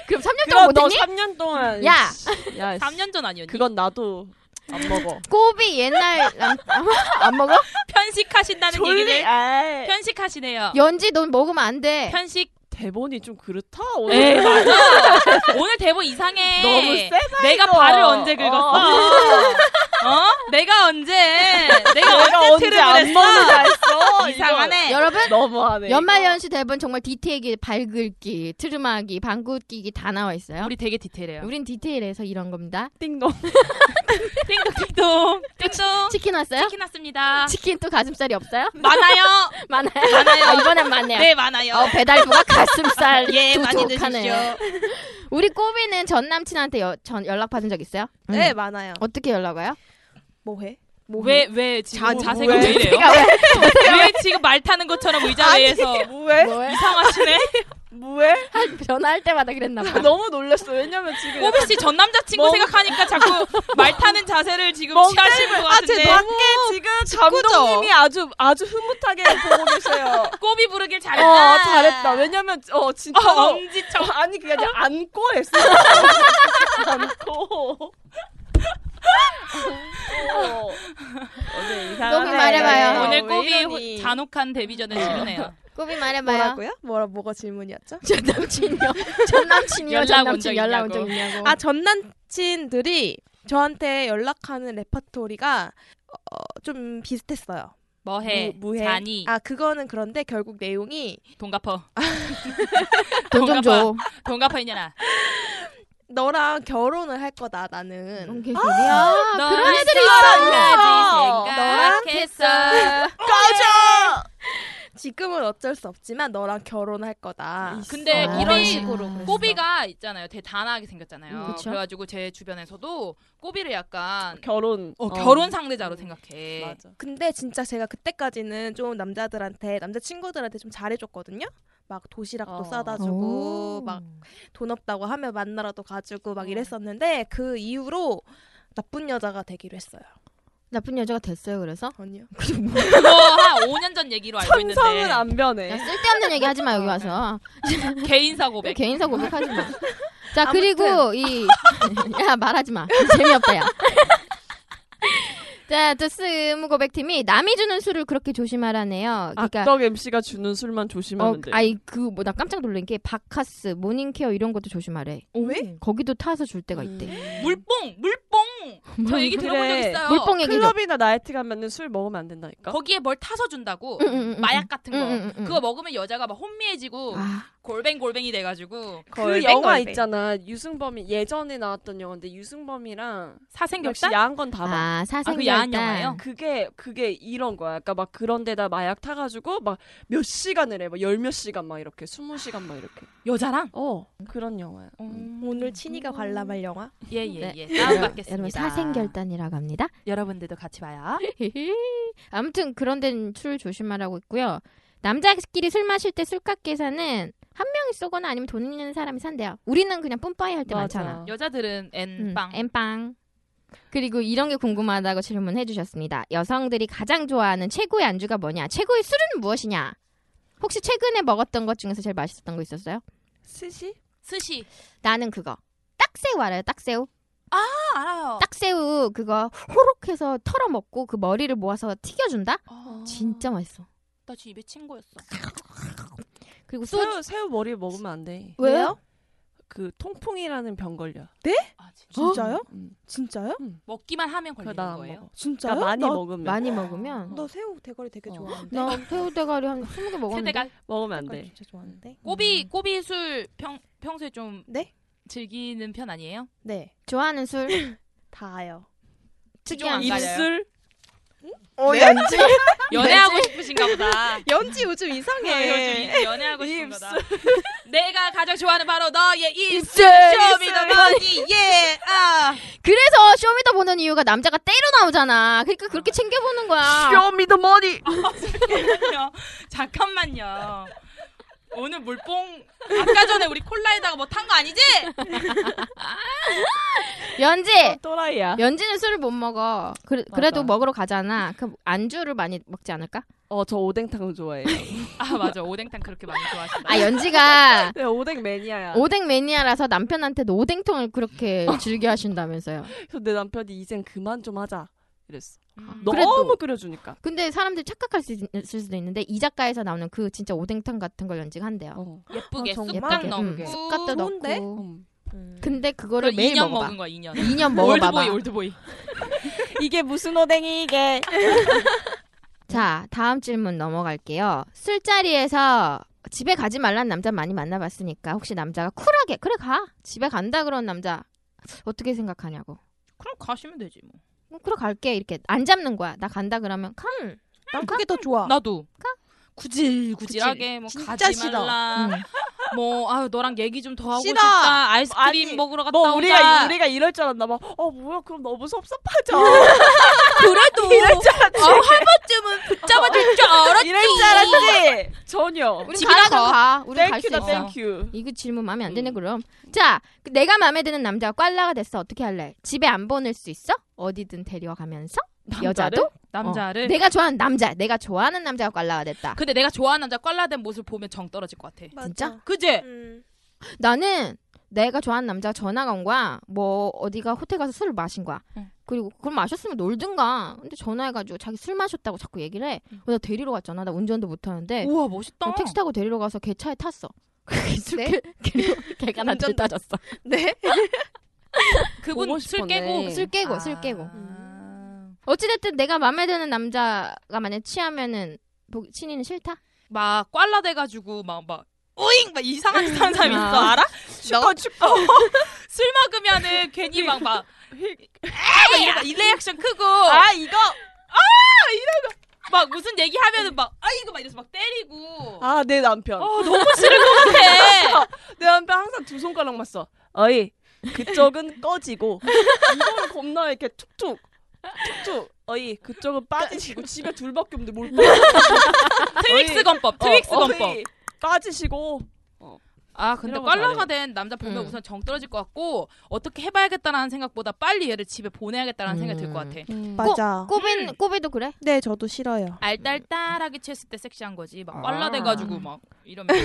B: 그럼 3년 동안
D: 그럼 너
B: 못했니?
D: 3년 동안
B: 야!
D: 씨, 야
A: 3년 전 아니었니?
D: 그건 나도 안 먹어.
B: 꼬비 옛날 남... 안 먹어?
A: 편식하신다는 얘기를
D: 아
A: 편식하시네요.
B: 연지 넌 먹으면 안 돼.
A: 편식
D: 대본이 좀 그렇다. 오늘
A: 에이 네, 맞아 오늘 대본 이상해
D: 네, 너무 세다.
A: 내가
D: 이거.
A: 발을 언제 긁었어 어 내가 언제 내가
D: 내가
A: 언제
D: 언제
A: 트름을
D: 안
A: 했어
D: 먹는다 했어.
A: 이상하네
B: 여러분
D: 이거 너무하네.
B: 연말연시 대본 정말 디테일이 발긁기, 트름하기, 방귀끼기 다 나와 있어요.
A: 우리 되게 디테일해요
B: 우린 디테일에서 이런 겁니다.
D: 띵동.
A: 띵동띵동 띵동
B: 치킨 왔어요?
A: 치킨 왔습니다
B: 치킨 또 가슴살이 없어요?
A: 많아요
B: 많아요.
A: 많아요.
B: 아, 이번엔 많네요.
A: 네 많아요
B: 어, 배달부가 가슴살
A: 예 많이
B: 두둑하네.
A: 드십시오
B: 우리 꼬비는 전 남친한테 여- 전 연락 받은 적 있어요?
E: 네
B: 음.
E: 많아요.
B: 어떻게 연락 와요?
E: 뭐해?
A: 왜 왜 지금
D: 자-
A: 자세가 왜
D: 왜?
A: 이래요 왜 지금 말 타는 것처럼 의자 위에서
D: 뭐해?
B: 뭐해?
A: 이상하시네
D: 뭐해? 아,
B: 전화할 때마다 그랬나 봐.
D: 너무 놀랐어. 왜냐면 지금
A: 꼬비 씨 전 남자친구
D: 멍-
A: 생각하니까 자꾸 말 타는 자세를 지금
D: 멍
A: 취하시는 것 같은데
D: 아제 너무 지금 감독님이 아주 아주 흐뭇하게 보고 계세요.
A: 꼬비 부르길
D: 어
A: 잘했다
D: 잘했다. 왜냐면 어 진짜
A: 어,
D: 로
A: 엄지척
D: 아니 그게 아니라 안고 했어. 안고. 어. 오늘 이상하네.
B: 너무 말해봐요.
A: 오늘
D: 왜
A: 꼬비
D: 이러니.
A: 호- 잔혹한 데뷔전에 지르네요.
B: 꾸비 말해봐요.
E: 뭐라고요? 뭐라 뭐가 질문이었죠?
B: 전 남친이요. 전 남친이요. 전
A: 연락 온
B: 남친
A: 적
B: 연락 온
A: 있냐고.
B: 적 있냐고.
E: 아 전남친들이 저한테 연락하는 레퍼토리가 어, 좀 비슷했어요.
A: 뭐해,
D: 무- 무해.
A: 잔이,
E: 아 그거는 그런데 결국 내용이
A: 동갑어,
B: 돈 좀 줘.
A: 동갑어 이년아.
E: 너랑 결혼을 할 거다 나는.
B: 뭔 개소리야.
A: 그런 애들이 있어. 생각했어.
E: 지금은 어쩔 수 없지만 너랑 결혼할
D: 음.
E: 거다.
A: 근데
B: 아, 이런
A: 꼬비
B: 식으로 그랬어.
A: 꼬비가 있잖아요. 되게 단아하게 생겼잖아요.
B: 음, 그쵸.
A: 그래가지고 제 주변에서도 꼬비를 약간
D: 결혼.
A: 어, 네. 결혼 상대자로 생각해.
D: 맞아.
E: 근데 진짜 제가 그때까지는 좀 남자들한테 남자 친구들한테 좀 잘해줬거든요. 막 도시락도
D: 어.
E: 싸다
B: 오.
E: 주고 막 돈 없다고 하면 만나러도 가지고 막 이랬었는데 그 이후로 나쁜 여자가 되기로 했어요.
B: 나쁜 여자가 됐어요. 그래서
E: 아니요.
A: 그거 한 5년 전 얘기로 알고 있는데
D: 성은 안
B: 야,
D: 변해.
B: 쓸데없는 얘기 하지 마 여기 와서
A: 개인사 고백.
B: 개인사 고백하지 마. 자
E: 아무튼.
B: 그리고 이 야 말하지 마 재미없다 야. 자, 또 스무 고백팀이 남이 주는 술을 그렇게
A: 아,
B: 조심하라네요. 그러니까
D: 악덕 MC가 주는 술만 조심하면 돼.
B: 아이 그 뭐 나 깜짝 놀란 게 바카스, 모닝케어 이런 것도 조심하래.
E: 왜? 음.
B: 거기도 타서 줄 때가
A: 음.
B: 있대.
A: 물뽕, 물뽕. 저 얘기
D: 그래.
A: 들어본 적 있어요.
B: 물뽕 얘기 좀.
D: 클럽이나 나이트 가면은 술 먹으면 안 된다니까.
A: 거기에 뭘 타서 준다고.
B: 응, 응, 응,
A: 마약 같은 거.
B: 응, 응, 응, 응.
A: 그거 먹으면 여자가 막 혼미해지고
B: 음, 아,
A: 골뱅골뱅이 돼가지고
D: 그
E: 걸뱅,
D: 영화
E: 걸뱅.
D: 있잖아. 유승범이 예전에 나왔던 영화인데 유승범이랑 역시
A: 사생결단.
D: 야한 건 다 봐.
B: 아
A: 그 야한
B: 사생결단.
A: 영화예요?
D: 그게 그게 이런 거야. 그러니까 막 그런 데다 마약 타가지고 막 몇 시간을 해. 막 열 몇 시간 막 이렇게 스무 시간 막 이렇게.
A: 여자랑. 어,
D: 어 그런 영화야.
E: 오늘 친이가 관람할 영화?
A: 예예예.
B: 네.
A: 다음
B: 여러분
A: 받겠습니다.
B: 사생결단이라고 음. 합니다.
A: 여러분들도 같이 봐요.
B: 아무튼 그런 데는 술 조심하라고 있고요. 남자끼리 술 마실 때 술값 계산은 한 명이 쏘거나 아니면 돈 있는 사람이 산대요. 우리는 그냥 뿜빠이 할 때
D: 맞아.
B: 많잖아.
A: 여자들은
B: 음,
A: N빵.
B: 엠빵. 그리고 이런 게 궁금하다고 질문해 주셨습니다. 여성들이 가장 좋아하는 최고의 안주가 뭐냐? 최고의 술은 무엇이냐? 혹시 최근에 먹었던 것 중에서 제일 맛있었던 거 있었어요?
D: 스시?
A: 스시.
B: 나는 그거. 딱새우 알아요? 딱새우?
A: 아, 알아요.
B: 딱새우 그거 호록해서 털어 먹고 그 머리를 모아서 튀겨준다? 진짜 맛있어.
A: 나 지금 입에 친 거였어.
B: 그리고 소주
D: 새우 새우 머리 먹으면 안 돼.
B: 왜요?
D: 그 통풍이라는 병 걸려.
A: 아, 진짜.
B: 어?
E: 진짜요?
D: 음.
E: 진짜요?
A: 먹기만 하면
D: 그거
A: 걸리는
D: 나안
A: 거예요.
D: 먹어.
E: 진짜요?
D: 그러니까 많이
E: 나,
D: 먹으면
B: 많이 먹으면
E: 나 새우 대가리 되게
D: 어.
E: 좋아하는데.
B: 나 새우 대가리 한 20개 먹었는데
A: 세대가
D: 먹으면 안
E: 대가리
D: 돼.
E: 진짜 좋아하는데.
A: 꼬비 꼬비 술 평 평소에 좀
E: 네?
A: 즐기는 편 아니에요?
E: 네.
B: 좋아하는 술
E: 다요.
B: 특이한
A: 안 가려요?
D: 입술
E: 어, 연지.
A: 연애하고 싶으신가 보다.
E: 연지 아, 요즘
A: 예.
E: 이상해.
A: 요즘 아, 연애하고 싶은 거다. 내가 가장 좋아하는 바로 너의 입술.
D: 입술.
A: 쇼미더머니 예. 아.
B: 그래서 쇼미더 보는 이유가 남자가 때려 나오잖아. 그러니까 그렇게 챙겨보는 거야.
D: 아! 쇼미더머니.
A: 잠깐만요. 잠깐만요. 오늘 물뽕 아까 전에 우리 콜라에다가 뭐 탄 거 아니지?
B: 연지!
D: 또라이야.
B: 연지는 술을 못 먹어. 그, 래도
D: 어. 맞아.
B: 먹으러 가잖아. 그럼 안주를 많이 먹지 않을까?
D: 어 저 오뎅탕 좋아해요.
A: 아 맞아 오뎅탕 그렇게 많이 좋아하시나.
B: 아, 연지가
D: 네 오뎅 매니아야.
B: 오뎅 매니아라서 남편한테도 오뎅통을 그렇게 즐겨 하신다면서요.
D: 그래서 내 남편이 이젠 그만 좀 하자 이랬어.
A: 음.
D: 너무 끓여주니까.
B: 근데 사람들이 착각할 수 있- 있을 수도 있는데 이 작가에서 나오는 그 진짜 오뎅탕 같은 걸 연지가 한대요.
D: 어.
A: 예쁘게
E: 아, 정말?
A: 쑥갓
B: 예쁘게,
A: 넣고
B: 음, 쑥갓도
E: 좋은데?
B: 넣고.
D: 음.
B: 근데 그거를
A: 그걸
B: 매일
A: 2년
B: 먹어봐.
A: 먹은 거야 2년.
B: 2년 먹어봐봐.
A: 올드보이 올드보이.
G: 이게 무슨 오뎅이 이게?
B: 자, 다음 질문 넘어갈게요. 술자리에서 집에 가지 말란 남자 많이 만나봤으니까 혹시 남자가 쿨하게 그래 가 집에 간다 그런 남자 어떻게 생각하냐고.
A: 그럼 가시면 되지 뭐.
B: 응, 그래 갈게 이렇게 안 잡는 거야. 나 간다 그러면 컴.
E: 난 그게 더 좋아.
A: 나도. 구질구질하게 뭐
E: 어. 진짜
A: 가지
E: 싫어.
A: 말라.
B: 음.
A: 뭐 아유 너랑 얘기 좀 더 하고
D: 싫어.
A: 싶다. 아이스크림
D: 아니,
A: 먹으러 갔다
D: 뭐 우리가
A: 오자.
D: 우리가 이럴 줄 알았나 봐. 어 뭐야 그럼 너무 섭섭하죠.
A: 그래도
D: 이럴 줄 알았지.
A: 아, 한 번쯤은 붙잡아줄 줄 알았지.
D: 이럴 줄 알았지. 전혀.
B: 우리
A: 집이라도
B: 가라고 가. 우리 갈 수
D: 땡큐다
B: 있어.
D: 땡큐.
B: 이거 질문 마음에 안
D: 음.
B: 드네 그럼. 자, 그 내가 마음에 드는 남자가 꽐라가 됐어. 어떻게 할래? 집에 안 보낼 수 있어? 어디든 데려가면서 여자도
A: 남자를.
B: 내가 좋아하는 남자, 내가 좋아하는 남자가 꽐라가 됐다.
E: 네.
A: 근데 내가 좋아하는 남자 꽐라된 모습 보면 정 떨어질 것 같아.
B: 진짜?
A: 그지?
E: 음.
B: 나는 내가 좋아하는 남자가 전화가 온 거야. 뭐 어디가 호텔 가서 술을 마신 거야.
A: 응.
B: 그리고 그걸 마셨으면 놀든가. 근데 전화해가지고 자기 술 마셨다고 자꾸 얘기를 해.
A: 응.
B: 그래서 나 데리러 갔잖아. 나 운전도 못하는데
A: 우와 멋있다.
B: 택시 타고 데리러 가서 걔 차에 탔어. 그 술게 걔가 나
K: 운전
B: 따졌어.
E: 네.
A: 그분
D: 보고
A: 술
D: 싶었네.
A: 깨고
B: 술 깨고 술
A: 아. 음.
B: 깨고. 어찌됐든 내가 마음에 드는 남자가 만약 취하면은 보- 친이는 싫다.
A: 막 꽐라 돼가지고 막막 오잉 막 이상한 짓 하는 사람 있어 알아?
D: 너
A: 술 먹으면은 괜히 막막 에이야 이 리액션 크고
D: 아 이거
A: 막 무슨 얘기 하면은 막 아 이거 막 이래서 막 때리고
D: 아 내 남편
A: 아 너무 싫은 것 같아.
D: 내 남편 항상 두 손가락만 써 어이 그쪽은 꺼지고 이거는 겁나 이렇게 툭툭 툭툭 어이 그쪽은 빠지시고 집에 둘밖에 없는데 뭘 빠져
A: 트윅스 건법 트윅스
D: 어,
A: 건법.
D: 빠지시고
A: 아 근데
D: 이런 거
A: 꽐라가
D: 잘해.
A: 된 남자 보면
B: 음.
A: 우선 정 떨어질 것 같고 어떻게 해봐야겠다라는 생각보다 빨리 얘를 집에 보내야겠다라는 생각이 들 것
B: 음.
A: 같아.
E: 맞아.
B: 꼬빈 꼬비도 그래?
E: 네, 저도 싫어요.
A: 알딸딸하게 취했을 때 섹시한 거지 막
B: 아.
A: 꽐라 돼가지고 막 이러면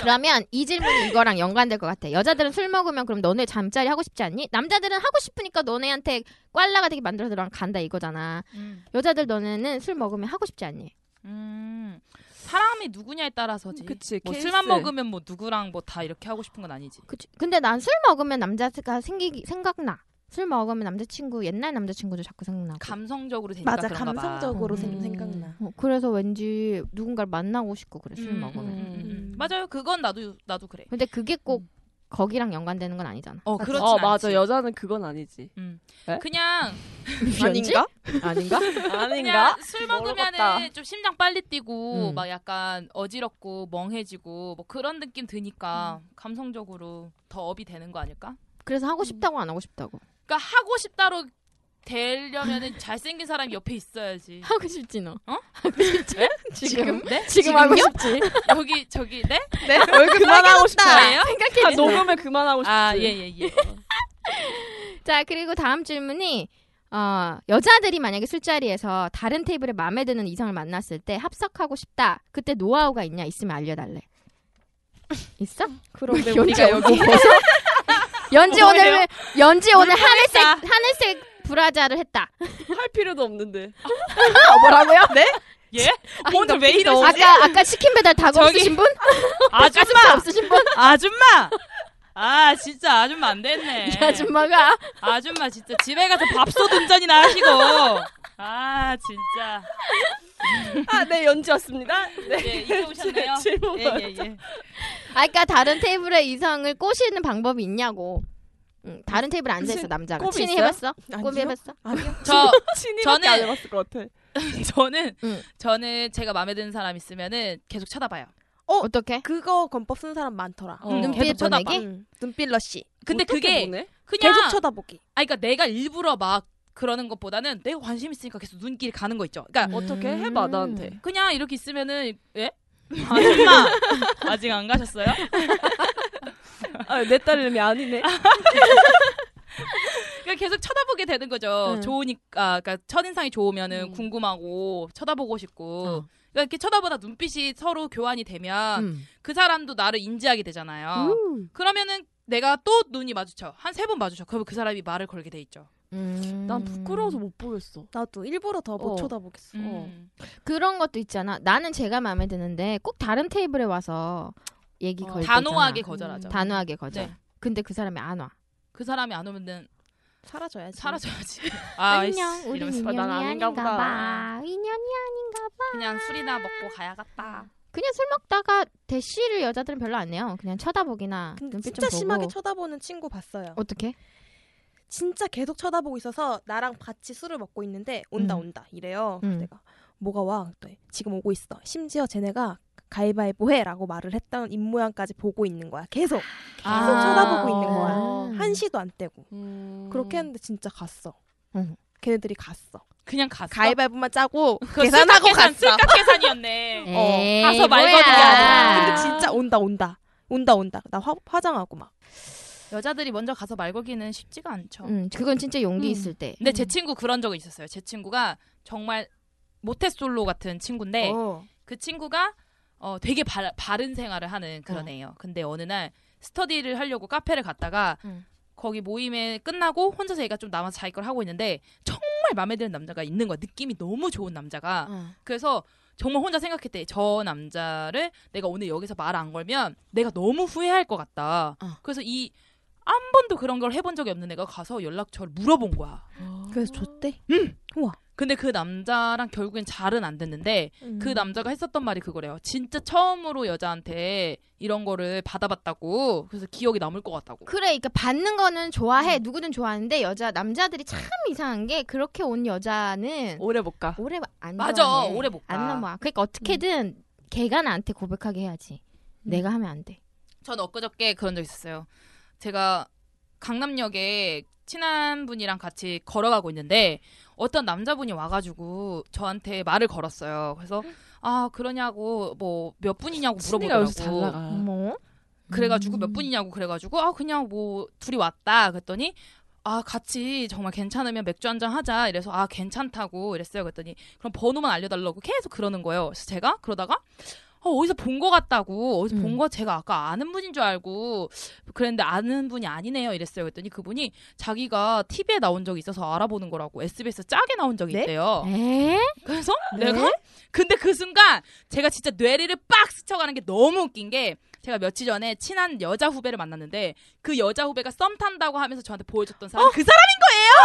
B: 그러면 이 질문이 이거랑 연관될 것 같아. 여자들은 술 먹으면 그럼 너네 잠자리 하고 싶지 않니? 남자들은 하고 싶으니까 너네한테 꽐라가 되게 만들어서 너랑 간다 이거잖아.
A: 음.
B: 여자들 너네는 술 먹으면 하고 싶지 않니?
A: 음. 사람이 누구냐에 따라서지.
D: 그치
A: 뭐
D: 케이스.
A: 술만 먹으면 뭐 누구랑 뭐 다 이렇게 하고 싶은 건 아니지.
B: 그치? 근데 난 술 먹으면 남자가 생기기 생각나. 술 먹으면 남자친구 옛날 남자친구도 자꾸 생각나고.
A: 감성적으로 되니까
E: 맞아,
A: 그런가 봐.
E: 감성적으로 생-
B: 음.
E: 생각나.
B: 어, 그래서 왠지 누군가를 만나고 싶고 그래 술
A: 음,
B: 먹으면.
A: 음, 음, 음.
E: 음.
A: 맞아요. 그건 나도 나도 그래.
B: 근데 그게 꼭 거기랑 연관되는 건 아니잖아.
A: 어, 그렇지
D: 어
A: 않지.
D: 맞아 여자는 그건 아니지
A: 그냥
D: 아닌가
B: 아닌가?
D: 아닌가
A: 그냥 술
D: 모르겠다.
A: 먹으면은 좀 심장 빨리 뛰고
B: 음.
A: 막 약간 어지럽고 멍해지고 뭐 그런 느낌 드니까
B: 음.
A: 감성적으로 더 업이 되는 거 아닐까?
B: 그래서 하고 싶다고 안 하고 싶다고.
A: 그러니까 하고 싶다로 되려면은 잘생긴 사람이 옆에 있어야지.
B: 하고 싶지 너.
A: 어?
B: 하고 싶지? 지금?
A: 네?
B: 지금 하고 싶지?
A: 여기 저기 네?
D: 네 얼굴 그만하고 싶다
A: 저예요?
D: 아, 녹음을 그만하고 싶지
A: 아, 예, 예, 예.
B: 자, 그리고 다음 질문이 어, 여자들이 만약에 술자리에서 다른 테이블에 마음에 드는 이성을 만났을 때 합석하고 싶다. 그때 노하우가 있냐? 있으면 알려달래. 있어?
D: 그런데
B: 연지 뭐
D: 우리가 여기
B: 연지 오늘 연지 오늘 하늘색
A: 뻔했다.
B: 하늘색 브라자를 했다.
D: 할 필요도 없는데
B: 뭐라고요? 네?
A: 오늘 왜 이러지?
B: 아까 아까 치킨 배달 다고
A: 저기-
B: 없으신 분? 가슴살
A: 아줌마!
B: 없으신 분?
A: 아줌마! 아, 진짜 아줌마 안 됐네.
B: 이 아줌마가
A: 아줌마 진짜 집에 가서 밥솥 운전이나 하시고. 아, 진짜.
D: 아네 연지 왔습니다 네
A: 예, 이제 오셨네요.
D: 질문
A: 예, 예, 예.
B: 아까 다른 테이블에 이성을 꼬시는 방법이 있냐고. 응, 다른 테이블에 앉아 있어
D: 무슨
B: 남자가.
D: 꼽이
B: 친이
D: 있어요?
B: 해봤어? 꼬비
E: 아니요.
B: 해봤어?
A: 저,
D: 친이밖에 안
A: 저는-
D: 해봤을 것 같아
A: 저는,
B: 응.
A: 저는 제가 마음에 드는 사람 있으면은 계속 쳐다봐요.
E: 어,
B: 어떻게?
E: 그거 건법 쓰는 사람 많더라.
A: 음,
B: 눈빛
A: 계속 쳐다봐.
B: 보내기?
E: 음, 눈빛 러쉬.
A: 근데
D: 어떻게
A: 그게
D: 보내?
A: 그냥,
E: 계속 쳐다보기.
A: 아, 그러니까 내가 일부러 막 그러는 것보다는 내가 관심 있으니까 계속 눈길 가는 거 있죠. 그러니까
D: 어떻게 해봐 나한테
A: 그냥 이렇게 있으면은, 예? 아줌마! 아직 안 가셨어요?
D: 아내 딸 이름이 아니네
A: 그러니까 계속 쳐다보게 되는 거죠.
E: 응.
A: 좋으니까, 그러니까 첫인상이 좋으면은
E: 음.
A: 궁금하고 쳐다보고 싶고.
B: 어.
A: 그러니까 이렇게 쳐다보다 눈빛이 서로 교환이 되면
B: 음.
A: 그 사람도 나를 인지하게 되잖아요.
D: 음.
A: 그러면은 내가 또 눈이 마주쳐. 한 세 번 마주쳐. 그러면 그 사람이 말을 걸게 돼 있죠.
B: 음.
D: 난 부끄러워서 못 보겠어
E: 나도 일부러 더 못
D: 어.
E: 쳐다보겠어.
A: 음.
B: 그런 것도 있잖아. 나는 제가 마음에 드는데 꼭 다른 테이블에 와서 얘기
D: 어,
B: 걸 때
A: 단호하게
B: 있잖아. 음.
A: 거절하죠.
B: 단호하게 거절.
A: 네.
B: 근데 그 사람이 안 와.
A: 그 사람이 안 오면은
E: 사라져야지.
A: 사라져야지. 아, 아이씨,
B: 안녕, 우리
A: 이러면서
B: 인연이
D: 난 아닌가
B: 아닌가
D: 보다.
B: 봐. 인연이 아닌가 봐.
A: 그냥 술이나 먹고
E: 아.
A: 가야겠다.
B: 그냥 술 먹다가 대시를 여자들은 별로 안 해요. 그냥 쳐다보기나
E: 근데
B: 눈빛
E: 진짜
B: 좀
E: 심하게
B: 보고.
E: 쳐다보는 친구 봤어요.
B: 어떻게?
E: 진짜 계속 쳐다보고 있어서 나랑 같이 술을 먹고 있는데 온다
B: 음.
E: 온다 이래요. 그래서
B: 음.
E: 내가 뭐가 와? 그랬더니 지금 오고 있어. 심지어 쟤네가 가위바위보 해라고 말을 했던 입모양까지 보고 있는 거야. 계속
A: 아,
B: 아.
E: 계속 쳐다보고 있는 거야. 어. 한시도 안 떼고
A: 음.
D: 음.
E: 그렇게 했는데 진짜 갔어.
B: 음.
E: 걔네들이 갔어.
A: 그냥 갔어.
E: 가위바위보만 짜고
A: 그거
E: 계산하고
A: 술값 계산,
E: 갔어.
A: 술값 계산이었네.
B: 에이,
A: 가서 말
B: 뭐야.
A: 거두게 하자.
E: 근데 진짜 온다 온다 온다 온다. 나 화, 화장하고 막.
A: 여자들이 먼저 가서 말 걸기는 쉽지가 않죠.
B: 음, 그건 진짜 용기 있을 때.
A: 근데
E: 음.
A: 제 친구 그런 적이 있었어요. 제 친구가 정말 모태솔로 같은 친구인데
E: 어.
A: 그 친구가 어, 되게 바, 바른 생활을 하는 그런
D: 어.
A: 애예요. 근데 어느 날 스터디를 하려고 카페를 갔다가
B: 음.
A: 거기 모임에 끝나고 혼자서 얘가 좀 남아서 자기 걸 하고 있는데 정말 마음에 드는 남자가 있는 거야. 느낌이 너무 좋은 남자가.
B: 어.
A: 그래서 정말 혼자 생각했대. 저 남자를 내가 오늘 여기서 말 안 걸면 내가 너무 후회할 것 같다.
B: 어.
A: 그래서 이 한 번도 그런 걸 해본 적이 없는 애가 가서 연락처를 물어본 거야.
E: 그래서 줬대?
A: 근데 그 남자랑 결국엔 잘은 안 됐는데 그
D: 음.
A: 남자가 했었던 말이 그거래요. 진짜 처음으로 여자한테 이런 거를 받아봤다고. 그래서 기억이 남을 것 같다고.
B: 그래, 그러니까 받는 거는 좋아해. 누구든 좋아하는데 여자 남자들이 참 이상한 게 그렇게 온 여자는
D: 오래 못 가.
B: 오래 안
A: 맞아.
B: 좋아해. 네.
A: 오래 못 가.
B: 안 넘어와. 그러니까 어떻게든 걔가 나한테 고백하게 해야지. 내가 하면 안 돼.
A: 전 엊그저께 그런 적 있었어요. 제가 강남역에 친한 분이랑 같이 걸어가고 있는데 어떤 남자분이 와가지고 저한테 말을 걸었어요. 그래서 아 그러냐고 뭐 몇 분이냐고
D: 친이가 요새 잘
A: 물어보더라고.
D: 나가.
B: 뭐?
A: 그래가지고
B: 음.
A: 몇 분이냐고 그래가지고 아 그냥 뭐 둘이 왔다 그랬더니 아 같이 정말 괜찮으면 맥주 한잔 하자 이래서 아 괜찮다고 이랬어요 그랬더니 그럼 번호만 알려달라고 계속 그러는 거예요 그래서 제가 그러다가 어, 어디서 본 거 같다고 어디서 본
B: 음.
A: 거 제가 아까 아는 분인 줄 알고 그랬는데 아는 분이 아니네요 이랬어요 그랬더니 그분이 자기가 TV에 나온 적이 있어서 알아보는 거라고 SBS 짜게 나온 적이
E: 네?
A: 있대요
B: 에?
A: 그래서
B: 네.
A: 내가 근데 그 순간 제가 진짜 뇌리를 빡 스쳐가는 게 너무 웃긴 게 제가 며칠 전에 친한 여자 후배를 만났는데 그 여자 후배가 썸 탄다고 하면서 저한테 보여줬던 사람 그 사람
B: 어,
A: 그리고
D: 대박.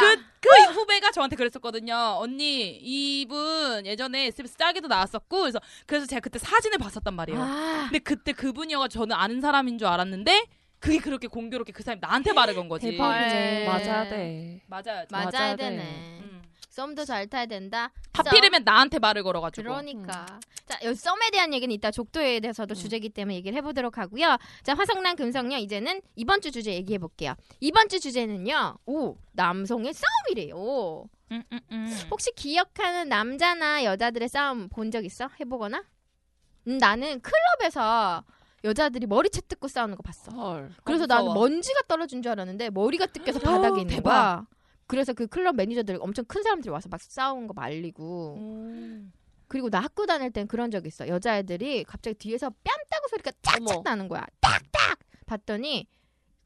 B: 대박. 어.
A: 그, 그 후배가 저한테 그랬었거든요 언니 이분 예전에 SBS 짜기도 나왔었고 그래서 그래서 제가 그때 사진을 봤었단 말이에요
B: 아,
A: 근데 그때 그분이어가지고 저는 아는 사람인 줄 알았는데 그게 그렇게 공교롭게 그 사람이 나한테 말을 건 거지
B: 대박이네.
D: 맞아야 돼.
A: 맞아요
B: 맞아야,
D: 맞아야 돼.
B: 되네.
A: 음.
B: 썸도 잘 타야 된다.
A: 하필이면 나한테 말을 걸어가지고
B: 그러니까.
A: 음.
B: 자, 여 썸에 대한 얘기는 이따 족도에 대해서도 주제기 때문에 얘기를 해보도록 하고요. 자, 화성난 금성녀 이제는 이번 주 주제 얘기해 볼게요. 이번 주 주제는요. 오, 남성의 싸움이래요.
A: 음, 음, 음.
B: 혹시 기억하는 남자나 여자들의 싸움 본 적 있어? 해보거나? 음, 나는 클럽에서 여자들이 머리채 뜯고 싸우는 거 봤어.
D: 헐.
B: 그래서
A: 아,
B: 나는
A: 무서워.
B: 먼지가 떨어진 줄 알았는데 머리가 뜯겨서 바닥에 있는
A: 대박.
B: 거야. 그래서 그 클럽 매니저들이 엄청 큰 사람들이 와서 막 싸우는 거
A: 음.
B: 말리고 그리고 나 학교 다닐 땐 그런 적 있어. 여자애들이 갑자기 뒤에서 뺨 따고 소리가 짝짝
D: 어머.
B: 나는 거야. 딱딱 봤더니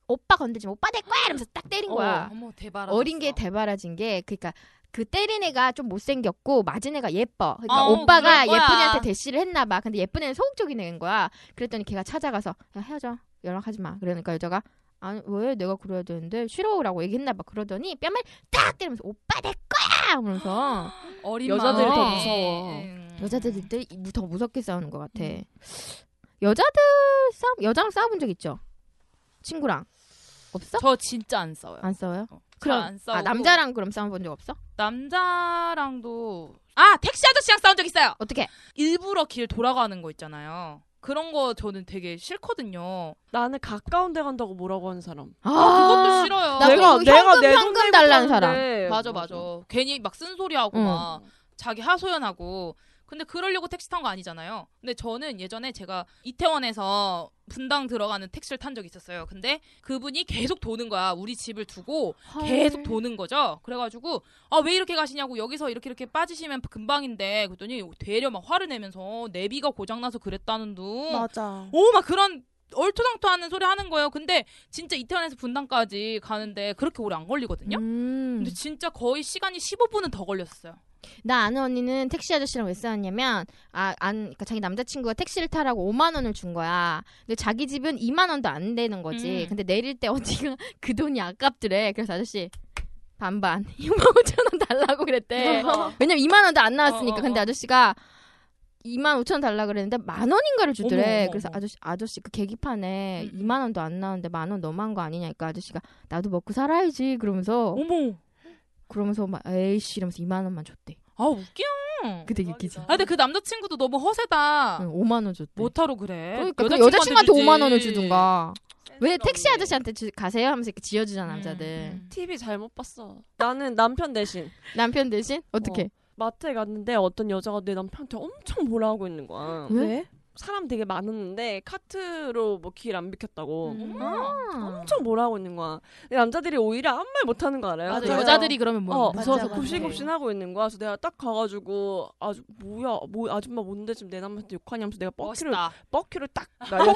B: 오빠 건들지 마. 오빠 될 거야 이러면서 딱 때린 거야.
A: 어머 대박
B: 어린 게 대바라진 게 그러니까 그 때린 애가 좀 못생겼고 맞은 애가 예뻐. 그러니까
A: 어,
B: 오빠가
A: 그럴 거야.
B: 예쁜 애한테 대시를 했나 봐. 근데 예쁜 애는 소극적인 애인 거야. 그랬더니 걔가 찾아가서 야 헤어져. 연락하지 마. 그러니까 여자가 아니 왜 내가 그래야 되는데 싫어라고 얘기했나 봐. 그러더니 뺨을 딱 때리면서 오빠 될 거야. 그러면서
A: 어린
D: 여자들이
B: 더
A: 마음에.
D: 무서워.
A: 음.
B: 여자들이 때- 더 무섭게 싸우는 것 같아. 여자들 싸움 여자랑 싸워본 적 있죠? 친구랑 없어?
A: 저 진짜 안 싸워요.
B: 안 싸워요?
A: 그럼
B: 그럼
A: 안 싸우고
B: 아 남자랑 그럼 싸워본 적 없어?
A: 남도아 택시 아저씨랑 싸운 적 있어요.
B: 어떻게?
A: 일부러 길 돌아가는 거 있잖아요. 그런 거 저는 되게 싫거든요.
D: 나는 가까운 데 간다고 뭐라고 하는 사람.
B: 아
A: 그것도 싫어요.
B: 나 그거 현금,
D: 내돈
B: 현금
D: 내고
B: 달라는
D: 타는데.
A: 맞아 맞아. 괜히 막 쓴소리하고
B: 응.
A: 막 자기 하소연하고. 근데 그러려고 택시 탄 거 아니잖아요. 근데 저는 예전에 제가 이태원에서 분당 들어가는 택시를 탄 적이 있었어요. 근데 그분이 계속 도는 거야. 우리 집을 두고
B: 아, 음. 네.
A: 계속 도는 거죠. 그래가지고 아 왜 이렇게 가시냐고 여기서 이렇게 이렇게 빠지시면 금방인데 그랬더니 되려 막 화를 내면서 내비가 고장나서 그랬다는 둥.
E: 맞아.
A: 오 막 그런 얼토당토하는 소리 하는 거예요. 근데 진짜 이태원에서 분당까지 가는데 그렇게 오래 안 걸리거든요.
B: 음.
A: 근데 진짜 거의 시간이 15분은 더 걸렸어요.
B: 나 아는 언니는 택시 아저씨랑 왜 싸웠냐면 아안 그러니까 자기 남자친구가 택시를 타라고 5만 원을 준 거야. 근데 자기 집은 2만 원도 안 되는 거지.
A: 음.
B: 근데 내릴 때 어디가 그 돈이 아깝더래. 그래서 아저씨 반반 6만 5천 원 달라고 그랬대. 왜냐면 2만 원도 안 나왔으니까.
A: 어, 어,
B: 근데
A: 어.
B: 아저씨가 2만 5천 원 달라고 그랬는데 만 원인가를 주더래.
A: 어머, 어머,
B: 그래서
A: 어머.
B: 아저씨 아저씨 그 계기판에
A: 음, 음.
B: 2만 원도 안 나오는데 만 원 너무한 거 아니냐. 그러니까 아저씨가 나도 먹고 살아야지 그러면서
A: 어머.
B: 그러면서 막 에이씨 이러면서 2만 원만 줬대.
A: 아 웃겨.
B: 그때 기지.
A: 아 근데 그 남자친구도 너무 허세다.
B: 응, 5만 원 줬대.
A: 못하러 그래.
B: 그러니까 그 여자친구한테
A: 뭐, 주지. 그러니까.
B: 5만 원을 주든가. 왜 택시
G: 없네.
B: 아저씨한테 주- 가세요 하면서 이렇게 지어주잖아
A: 음,
B: 남자들.
A: 음.
D: TV 잘못 봤어. 나는 남편 대신
B: 남편 대신 어떻게?
D: 마트에 갔는데 어떤 여자가 내 남편한테 엄청 뭐라 하고 있는 거야.
B: 왜?
D: 사람 되게 많았는데 카트로 뭐 길 안
A: 어,
D: 비켰다고
A: 음.
B: 아.
D: 엄청 뭐라고 있는 거야. 근데 남자들이 오히려 아무 말 못하는 거 알아요?
A: 맞아
D: 그래서
A: 여자들이 그러면 뭐
D: 어,
A: 무서워서
E: 맞아, 맞아.
A: 굽신굽신
D: 굽신굽신 하고 있는 거야. 그래서 내가 딱 가가지고 아주 뭐야, 뭐 아줌마 뭔데 지금 내 남한테 욕하냐면서 내가 뻑큐를
A: 멋있다.
D: 뻑큐를 딱 날려서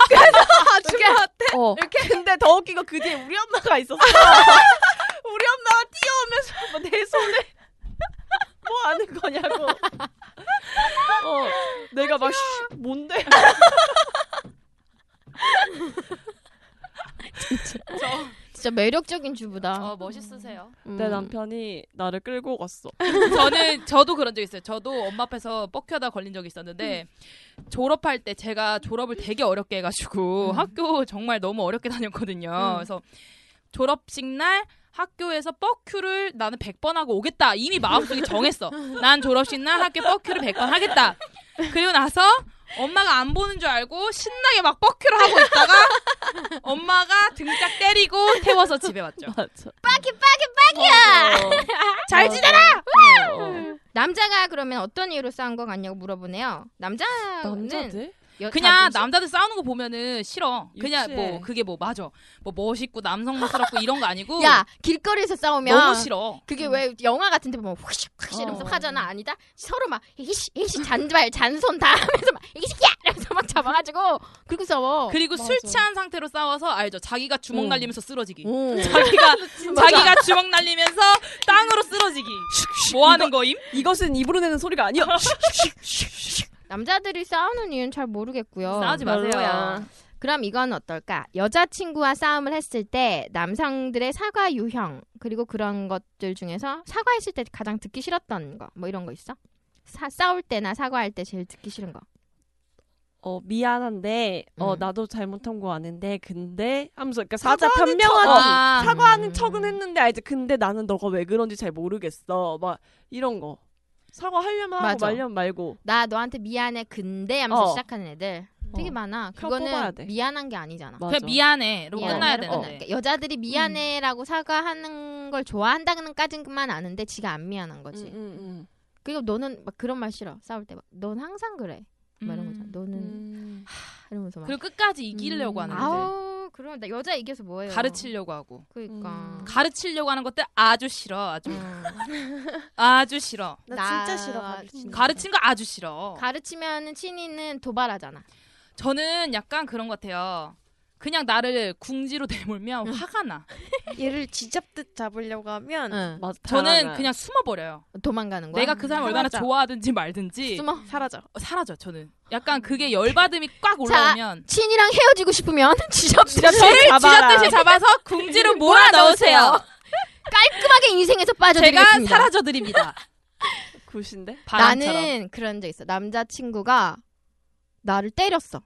D: 아줌마한테
A: 어.
D: 이렇게 근데 더 웃기고 그 뒤에 우리 엄마가 있었어. 우리 엄마가 뛰어오면서 막내 손에 뭐 하는 거냐고. 어, 내가 막 쉿, 뭔데?
B: 진짜 매력적인 주부다.
A: 어 멋있으세요.
B: 음.
D: 내 남편이 나를 끌고 갔어.
A: 저는 저도 그런 적 있어요. 저도 엄마 앞에서 뻑큐하다 걸린 적이 있었는데 졸업할 때 제가 졸업을 되게 어렵게 해가지고 학교 정말 너무 어렵게 다녔거든요. 그래서 졸업식 날 학교에서 뻑큐를 나는 100번 하고 오겠다. 이미 마음속에 정했어. 난 졸업식 날 학교 뻑큐를 100번 하겠다. 그리고 나서 엄마가 안 보는 줄 알고 신나게 막 뻑큐를 하고 있다가 엄마가 등짝 때리고 태워서 집에 왔죠.
D: 맞아.
B: 빡이야!
D: 잘 지내라!
B: 남자가 그러면 어떤 이유로 싸운 것 같냐고 물어보네요. 남자는
D: 남자들?
B: 여-
A: 그냥
B: 자존심-
A: 남자들 싸우는 거 보면은 싫어. 그냥
D: 유치해.
A: 뭐 그게 뭐 맞아. 뭐 멋있고 남성스럽고 이런 거 아니고
B: 야 길거리에서 싸우면
A: 너무 싫어.
B: 그게 왜 영화 같은데 보면 휙 휙 이러면서 화잖아 아니다 서로 막 이씨 이씨 잔발 잔손 다 하면서 막 이씨 야 이러면서 막 잡아가지고 그리고 싸워.
A: 그리고 술 취한 상태로 싸워서 알죠. 자기가 주먹 날리면서 쓰러지기.
B: 오.
A: 자기가 자기가 주먹 날리면서 땅으로 쓰러지기. 뭐 하는 거임?
D: 이것은 입으로 내는 소리가 아니야.
B: 남자들이 싸우는 이유는 잘 모르겠고요.
A: 싸우지 마세요.
D: 별로야.
B: 그럼 이건 어떨까? 여자친구와 싸움을 했을 때 남성들의 사과 유형 그리고 그런 것들 중에서 사과했을 때 가장 듣기 싫었던 거 뭐 이런 거 있어? 사- 싸울 때나 사과할 때 제일 듣기 싫은 거.
D: 어 미안한데 어
B: 음.
D: 나도 잘못한 거 아는데 근데 하면서 그러니까
G: 사자
D: 사자 변명하지
A: 아,
D: 사과하는
B: 음.
D: 척은 했는데 아 이제 근데 나는 너가 왜 그런지 잘 모르겠어 막 이런 거 사과하려면 하고
B: 맞아.
D: 말려면 말고
B: 나 너한테 미안해 근데 하면서
D: 어.
B: 시작하는 애들 되게
D: 어.
B: 많아.
D: 혀 뽑아야
B: 그거는
D: 돼.
B: 미안한 게 아니잖아.
D: 맞아.
A: 그냥 미안해로
B: 미안해로
A: 끝나야
B: 끝나.
A: 되는데.
B: 그러니까 여자들이 미안해라고 사과하는 걸 좋아한다는까지만 아는데 지가 안 미안한 거지.
D: 음, 음, 음.
B: 그리고 너는 막 그런 말 싫어. 싸울 때 막 넌 항상 그래. 막 이런
A: 음.
B: 거잖아. 너는
D: 음.
B: 이러면서 막
A: 그리고 끝까지 이기려고
B: 음.
A: 하는데
B: 아우 그럼 나 여자 이겨서 뭐해요?
A: 가르치려고 하고
B: 그러니까.
D: 음.
A: 가르치려고 하는 것들 아주 싫어. 아주
B: 음.
A: 아주 싫어.
E: 나
B: 나- 음.
E: 진짜 싫어 가르치는 거.
A: 가르친 거 아주 싫어.
B: 가르치면은 친이는 도발하잖아.
A: 저는 약간 그런 것 같아요. 그냥 나를 궁지로 내몰면 화가 나.
E: 얘를 쥐잡듯 잡으려고 하면
B: 응.
D: 음. 맞아
A: 저는
D: 다양한.
A: 그냥 숨어버려요.
B: 도망가는 거야.
A: 내가 그 사람 얼마나
E: 사라져.
A: 좋아하든지 말든지
B: 숨어.
E: 사라져.
A: 어, 사라져 저는. 약간 그게 열받음이 꽉 올라오면
B: 친이랑 헤어지고 싶으면 지접듯이
A: 저를
D: 잡아라.
A: 쥐잡듯이 잡아서 궁지로 몰아 넣으세요.
B: 깔끔하게 인생에서
A: 제가
B: 빠져드리겠습니다.
A: 사라져 드립니다.
D: 굿인데
A: 바람처럼.
B: 나는 그런 적 있어. 남자친구가 나를 때렸어.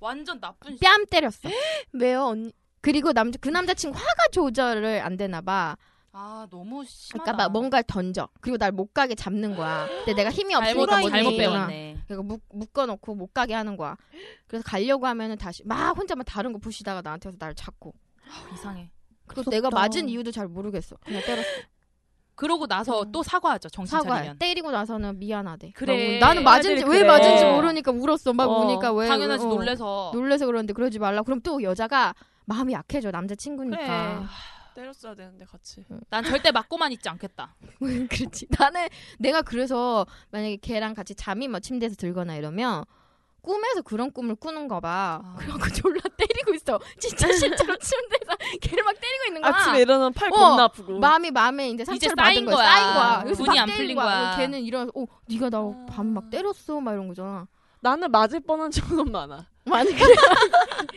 A: 완전 나쁜 씨.
B: 뺨 때렸어.
E: 왜요 언니?
B: 그리고 남자 그 남자친구 화가 조절을 안 되나 봐.
A: 아 너무 심하다.
B: 그러니까 막 뭔가를 던져. 그리고 날 못 가게 잡는 거야. 근데 내가 힘이
A: 잘못
B: 없으니까 못
A: 잘못
B: 이기잖아.
A: 배웠네.
B: 그러니까 묶, 묶어놓고 못 가게 하는 거야. 그래서 가려고 하면은 다시 막 혼자 막 다른 거 부시다가 나한테 와서 나를 잡고.
A: 아, 이상해.
B: 그래서 내가 맞은 이유도 잘 모르겠어. 그냥 때렸어.
A: 그러고 나서 또 사과하죠. 정신
B: 음. 사과.
A: 차리면. 네,
B: 때리고 나서는 미안하대.
A: 그래.
B: 막 울- 나는 맞은지
D: 애들이
B: 왜
D: 그래.
B: 맞은지
D: 어.
B: 모르니까 울었어. 막
D: 어,
B: 우니까 왜
A: 당연하지
B: 어.
A: 놀래서.
B: 놀래서 그러는데 그러지 말라. 그럼 또 여자가 마음이 약해져 남자 친구니까.
D: 때렸어야 되는데 같이
A: 난 절대 맞고만 있지 않겠다.
B: 뭐 그렇지. 나는 내가 그래서 만약에 걔랑 같이 잠이 막 침대에서 들거나 이러면 꿈에서 그런 꿈을 꾸는 거 봐.
A: 아.
B: 그래갖고 졸라 때리고 있어. 진짜 실제로 침대에서 걔를 막 때리고 있는 거야.
D: 아침에 일어나면 팔
B: 어,
D: 겁나 아프고
B: 마음이 마음에 이제 상처를
A: 쌓인
B: 받은 거야.
A: 거야.
B: 쌓인 거야. 그래서
A: 분이
B: 막
A: 안
B: 때린
A: 풀린
B: 거야.
A: 거야.
B: 걔는 일어나서 어, 네가 나 밤 막 때렸어. 막 이런 거잖아.
D: 나는 맞을 뻔한 적은 많아
B: 많이 그래.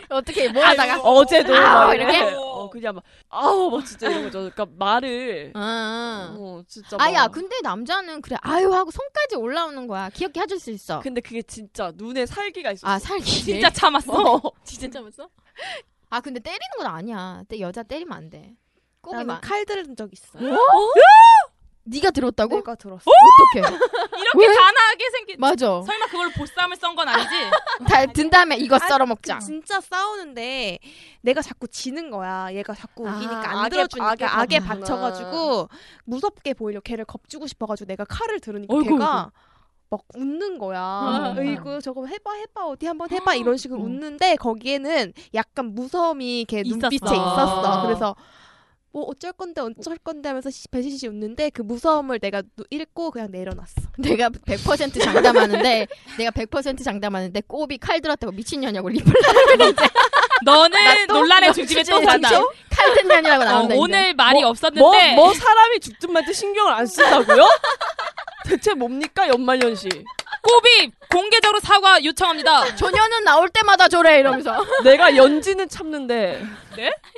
B: 어떻게
D: 아,
B: 뭐 하다가
D: 어제도
B: 아우,
D: 막
B: 이렇게?
D: 어 그냥 막 아우 막 진짜 이런 거죠 그러니까 말을
B: 아.
D: 어 진짜 막-
B: 아야 근데 남자는 그래 아유 하고 손까지 올라오는 거야 귀엽게 해줄 수 있어
D: 근데 그게 진짜 눈에 살기가 있어.
B: 아 살기
A: 진짜 참았어.
B: 진짜 참았어 아 근데 때리는 건 아니야 근데 여자 때리면 안돼 꼬이
E: 나는
B: 막
E: 칼 들은 적 있어.
B: 네가 들었다고
E: 내가 들었어.
B: 어떻게
A: 이렇게
B: 왜?
A: 단아하게 생긴.
B: 맞아
A: 설마 그걸 보쌈을 썬 건 아니지?
B: 다, 든 다음에 이거
E: 아니,
B: 썰어
E: 그
B: 먹자
E: 진짜 싸우는데 내가 자꾸 지는 거야. 얘가 자꾸
B: 아,
E: 우기니까
B: 악에-
E: 안 들어주니까
B: 악에
E: 악에, 악에
B: 받는구나.
E: 받쳐가지고 무섭게 보이려 고 걔를 겁주고 싶어가지고 내가 칼을 들으니까
B: 어이구,
E: 걔가 막 웃는 거야. 이거 저거 해봐 해봐 어디 한번 해봐 이런 식으로 웃는데 거기에는 약간 무서움이 이렇게 눈빛에
A: 있었어.
E: 있었어. 그래서 뭐 어쩔 건데 어쩔 건데 하면서 시- 배시시 웃는데 그 무서움을 내가 누- 읽고 그냥 내려놨어.
B: 내가 100% 장담하는데 내가 100% 장담하는데 꼬비 칼 들었다고 미친년이라고 리플
A: 너는
B: 또-
A: 논란의
B: 너
A: 중심에 또
B: 주제의
A: 산다.
B: 중심? 칼든 년이라고
A: 어,
B: 나온다.
A: 오늘 말이
D: 뭐,
A: 없었는데
D: 뭐 사람이 죽든 말든 신경을 안 쓴다고요? 대체 뭡니까 연말연시?
A: 꼬비 공개적으로 사과 요청합니다.
B: 조녀는 나올 때마다 조래 이러면서
D: 내가 연지는 참는데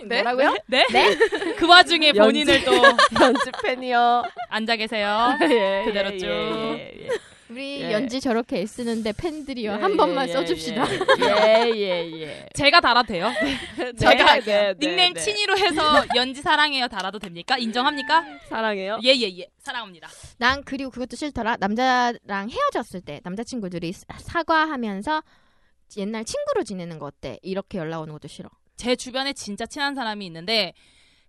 B: 뭐라고요?
A: 네?
B: 네?
A: 그 와중에 본인을 또
D: 연지 팬이요.
A: 앉아 계세요.
D: 예,
A: 그대로
D: 예,
A: 쭉.
D: 예, 예, 예.
B: 우리
D: 예.
B: 연지 저렇게 애쓰는데 팬들이요
D: 예,
B: 한 번만
D: 예,
B: 써줍시다.
D: 예, 예, 예.
A: 제가 달아도 돼요?
D: 네,
A: 제가
D: 네, 네,
A: 닉네임
D: 네.
A: 친이로 해서 연지 사랑해요 달아도 됩니까?
D: 네.
A: 인정합니까?
D: 사랑해요.
A: 예 예예 사랑합니다.
B: 난 그리고 그것도 싫더라. 남자랑 헤어졌을 때 남자친구들이 사- 사과하면서 옛날 친구로 지내는 거 어때? 이렇게 연락 오는 것도 싫어.
A: 제 주변에 진짜 친한 사람이 있는데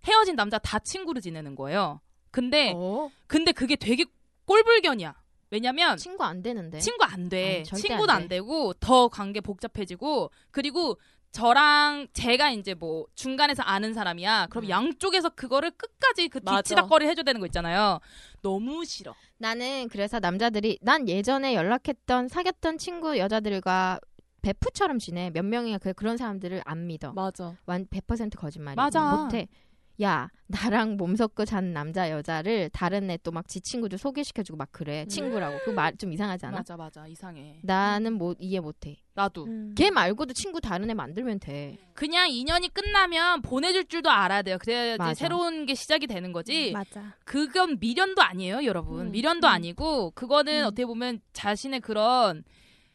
A: 헤어진 남자 다 친구로 지내는 거예요. 근데
B: 어?
A: 근데 그게 되게 꼴불견이야. 왜냐면
B: 친구 안 되는데.
A: 친구 안 돼.
B: 아니, 절대
A: 친구도
B: 안
A: 안, 되고 더 관계 복잡해지고 그리고 저랑 제가 이제 뭐 중간에서 아는 사람이야. 그럼
B: 음.
A: 양쪽에서 그거를 끝까지 그
D: 맞아.
A: 뒤치다거리 해줘야 되는 거 있잖아요. 너무 싫어.
B: 나는 그래서 남자들이 난 예전에 연락했던 사귀었던 친구 여자들과 베프처럼 지내. 몇 명이야 그- 그런 사람들을 안 믿어.
D: 맞아.
B: 완 100% 거짓말이야.
A: 맞아.
B: 못해. 야 나랑 몸 섞고 잔 남자 여자를 다른 애 또 막 지 친구들 소개시켜주고 막 그래 친구라고 그 말 좀 이상하지 않아?
A: 맞아 맞아 이상해.
B: 나는 음. 못 이해 못해.
A: 나도
E: 음.
B: 걔 말고도 친구 다른 애 만들면 돼.
A: 그냥 인연이 끝나면 보내줄 줄도 알아야 돼요. 그래야지
B: 맞아.
A: 새로운 게 시작이 되는 거지.
E: 맞아.
A: 그건 미련도 아니에요, 여러분.
E: 음.
A: 미련도
E: 음.
A: 아니고 그거는 어떻게 보면 자신의 그런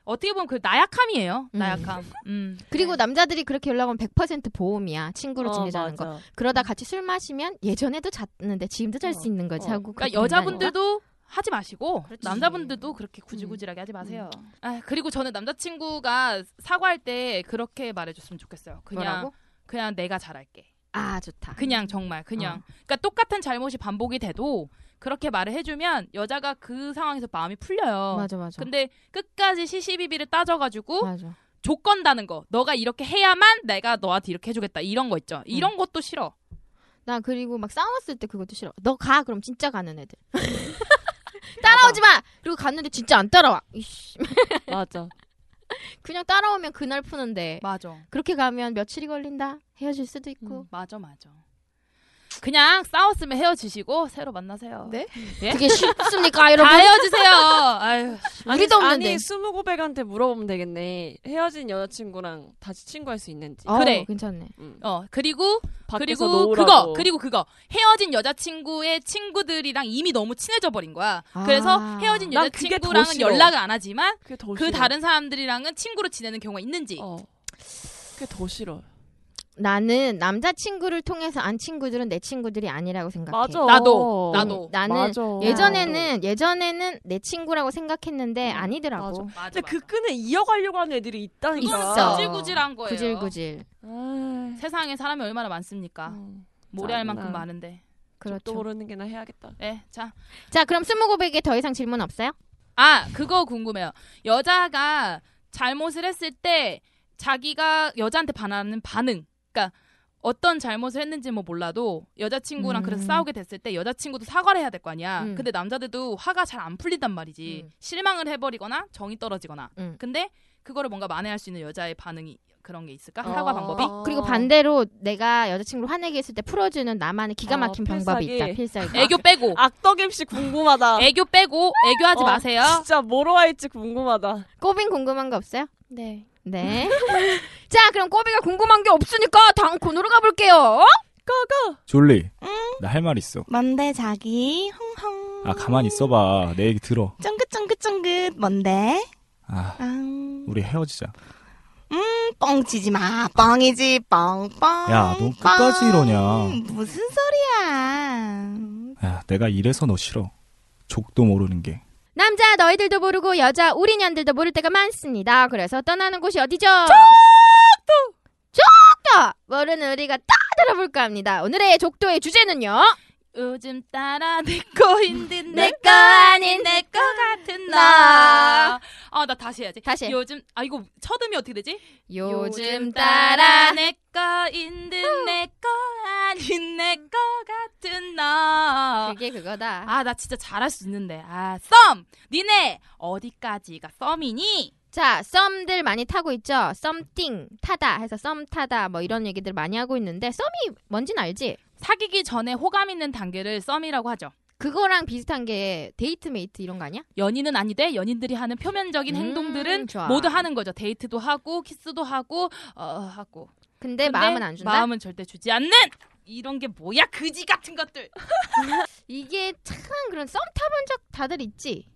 A: 어떻게 보면 그 나약함이에요.
B: 음.
A: 나약함. 음.
B: 그리고 남자들이 그렇게 연락하면 100% 보험이야.
A: 어,
D: 어,
B: 친구로 지내자는 거. 그러다 같이 술 마시면 예전에도 잤는데 지금도 잘 수
D: 어,
B: 있는 거지
D: 어.
B: 하고.
A: 그러니까
B: 그렇게 된다니까?
A: 여자분들도 하지 마시고
B: 그렇지. 음.
A: 남자분들도 그렇게 구질구질하게 하지 마세요. 아, 그리고 저는 남자친구가 사과할 때 그렇게 말해줬으면 좋겠어요. 그냥
B: 뭐라고?
A: 그냥 내가 잘할게.
B: 아 좋다.
A: 그냥 정말
B: 어.
A: 그냥. 그러니까 똑같은 잘못이 반복이 돼도 그렇게 말을 해주면 여자가 그 상황에서 마음이 풀려요.
B: 맞아 맞아.
A: 어. 근데 끝까지 시시비비를 따져가지고
B: 맞아.
A: 조건 다는 거. 너가 이렇게 해야만 내가 너한테 이렇게 해주겠다. 이런 거 있죠. 이런 것도 싫어.
B: 나 그리고 막 싸웠을 때 그것도 싫어. 너 가 그럼 진짜 가는 애들. 따라오지 마. 그리고 갔는데 진짜 안 따라와. 이씨.
D: 맞아.
B: 그냥 따라오면 그날 푸는데
A: 맞아.
B: 그렇게 가면 며칠이 걸린다. 헤어질 수도 있고.
A: 음. 맞아 맞아. 그냥 싸웠으면 헤어지시고 새로 만나세요.
E: 네?
B: 그게 쉽습니까 여러분?
A: 다 헤어지세요. 아유.
B: 우리도 없는데.
D: 아니 스무 고백한테 물어보면 되겠네. 헤어진 여자친구랑 다시 친구할 수 있는지.
B: 어,
A: 그래.
B: 괜찮네.
D: 음.
A: 어 그리고
D: 밖에서
A: 그리고
D: 놓으라고.
A: 그거 그리고 그거 헤어진 여자친구의 친구들이랑 이미 너무 친해져 버린 거야. 그래서
B: 아.
A: 헤어진
D: 난 그게 더
A: 여자친구랑은
D: 싫어.
A: 연락을 안 하지만
D: 그게 더
A: 그
D: 싫어.
A: 다른 사람들이랑은 친구로 지내는 경우가 있는지.
D: 어. 그게 더 싫어.
B: 나는 남자친구를 통해서 안 친구들은 내 친구들이 아니라고 생각해.
D: 맞아. 어.
A: 나도, 나도.
B: 나는
D: 맞아.
B: 예전에는 예전에는 내 친구라고 생각했는데
D: 음,
B: 아니더라고.
A: 맞아.
D: 근데 그
A: 맞아.
D: 끈을 이어가려고 하는 애들이
B: 있어.
D: 있다니까.
A: 구질구질한 거예요.
B: 구질구질.
D: 아,
A: 세상에 사람이 얼마나 많습니까?
D: 음,
A: 모래알
B: 네.
A: 만큼
D: 짜증나.
A: 많은데.
B: 그렇죠.
D: 또 모르는 게나 해야겠다.
A: 네, 자.
B: 자, 그럼 스무고백에 더 이상 질문 없어요?
A: 아, 그거 궁금해요. 여자가 잘못을 했을 때 자기가 여자한테 반하는 반응. 그러니까 어떤 잘못을 했는지 뭐 몰라도 여자친구랑
B: 음.
A: 그래서 싸우게 됐을 때 여자친구도 사과를 해야 될 거 아니야.
B: 음.
A: 근데 남자들도 화가 잘 안 풀린단 말이지.
B: 음.
A: 실망을 해버리거나 정이 떨어지거나.
B: 음.
A: 근데 그거를 뭔가 만회할 수 있는 여자의 반응이 그런 게 있을까? 아, 사과 방법이?
B: 어, 그리고 반대로 내가 여자친구를 화내게 했을 때 풀어주는 나만의 기가
D: 어,
B: 막힌 방법이
D: 필살기.
B: 있다. 필살기.
A: 애교 빼고.
B: 아.
D: 악덕 MC 궁금하다.
A: 애교 빼고. 애교하지
D: 어,
A: 마세요.
D: 진짜 뭐로 할지 궁금하다.
B: 꼬빈 궁금한 거 없어요?
E: 네.
B: 네. 자, 그럼 꼬비가 궁금한 게 없으니까 다음 코너로 가볼게요.
L: 졸리 나 할 말 있어
G: 뭔데 자기 흥흥
L: 아 가만히 있어봐 내 얘기 들어
G: 쫑긋쫑긋쫑긋 뭔데
L: 아
G: 음,
L: 우리 헤어지자
G: 뻥치지 마 뻥이지 뻥뻥
L: 야, 너 끝까지
G: 뻥.
L: 이러냐.
G: 무슨 소리야
L: 야 내가 이래서 너 싫어 족도 모르는 게
B: 남자 너희들도 모르고 여자 우리 년들도 모를 때가 많습니다. 그래서 떠나는 곳이 어디죠? 족도! 족도! 모르는 우리가 다 들어볼까 합니다. 오늘의 족도의 주제는요.
A: 요즘 따라 내거 힘든
B: 내거 아닌
A: 내거 같은
B: 나.
A: 아, 나 다시 해야지.
B: 다시.
A: 요즘 아 이거 첫음이 어떻게 되지?
B: 요즘 따라
A: 내거 있는 내거 아닌 내거 같은 너.
B: 그게 그거다.
A: 아 나 진짜 잘할 수 있는데. 아 썸. 니네 어디까지가 썸이니?
B: 자, 썸들 많이 타고 있죠. 썸띵 타다 해서 썸 타다 뭐 이런 얘기들 많이 하고 있는데 썸이 뭔진 알지?
A: 사귀기 전에 호감 있는 단계를 썸이라고 하죠.
B: 그거랑 비슷한 게 데이트 메이트 이런 거 아니야?
A: 연인은 아니되 연인들이 하는 표면적인
B: 음,
A: 행동들은
B: 좋아.
A: 모두 하는 거죠. 데이트도 하고 키스도 하고 어 하고.
B: 근데,
A: 근데
B: 마음은 안 준다.
A: 마음은 절대 주지 않는 이런 게 뭐야 그지 같은 것들.
B: 이게 참 그런 썸 타본 적 다들 있지?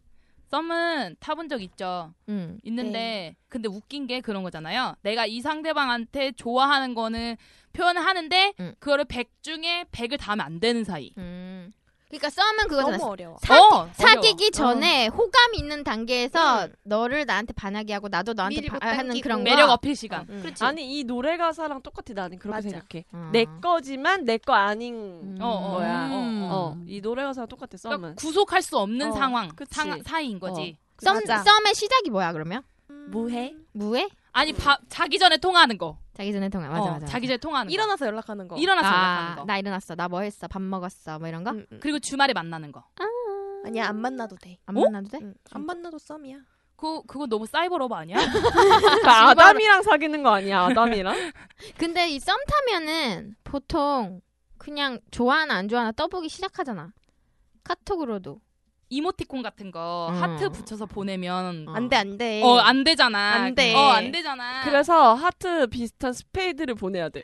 A: 썸은 타본 적 있죠.
E: 음.
B: 응.
A: 있는데
B: 네.
A: 근데 웃긴 게 그런 거잖아요. 내가 이 상대방한테 좋아하는 거는 표현을 하는데
B: 음.
A: 그거를 100 중에 100을 다 하면 안 되는 사이.
B: 음. 그러니까 썸은 그거잖아.
E: 너무 어려워.
B: 사귀,
A: 어려워.
B: 사귀기 전에 호감 있는 단계에서 너를 나한테 반하게 하고 나도 너한테
E: 음. 미리 못
B: 바, 아, 하는
E: 당기고.
B: 그런 거.
A: 매력 어필 시간.
B: 그렇지.
D: 아니 이 노래 가사랑 똑같이 나는 그렇게
E: 맞아.
D: 생각해.
B: 어.
D: 내 거지만 내 거 아닌
B: 음.
A: 어, 어.
D: 거야. 어,
A: 음.
D: 어. 이 노래 가사랑 똑같아
A: 그러니까
D: 썸은.
A: 구속할 수 없는
D: 어,
A: 상황,
D: 그치.
A: 상 사이인 거지.
B: 썸,
E: 맞아.
B: 썸의 시작이 뭐야 그러면?
G: 무해?
B: 무해?
A: 아니 바- 자기 전에 통화하는 거.
B: 자기 전에 통화. 맞아
A: 어,
B: 맞아.
A: 자기 전에 통화하는 거.
E: 일어나서 연락하는 거.
A: 일어나서 연락하는
B: 아,
A: 거.
B: 나 일어났어. 나 뭐 했어? 밥 먹었어. 뭐 이런 거?
E: 음, 음.
A: 그리고 주말에 만나는 거.
E: 아니야 안 만나도 돼.
B: 안
A: 어?
B: 만나도 돼?
E: 응, 안 만나도 썸이야.
A: 그 그거 너무 사이버러브 아니야?
D: 그러니까 아담이랑 사귀는 거 아니야? 아담이랑?
B: 근데 이 썸 타면은 보통 그냥 좋아하나 안 좋아하나 떠보기 시작하잖아. 카톡으로도.
A: 이모티콘 같은 거
B: 음.
A: 하트 붙여서 보내면
B: 어.
E: 안돼 안돼.
A: 어 안 되잖아.
E: 안 돼.
A: 어 안 되잖아. 아,
D: 그래서 하트 비슷한 스페이드를 보내야 돼.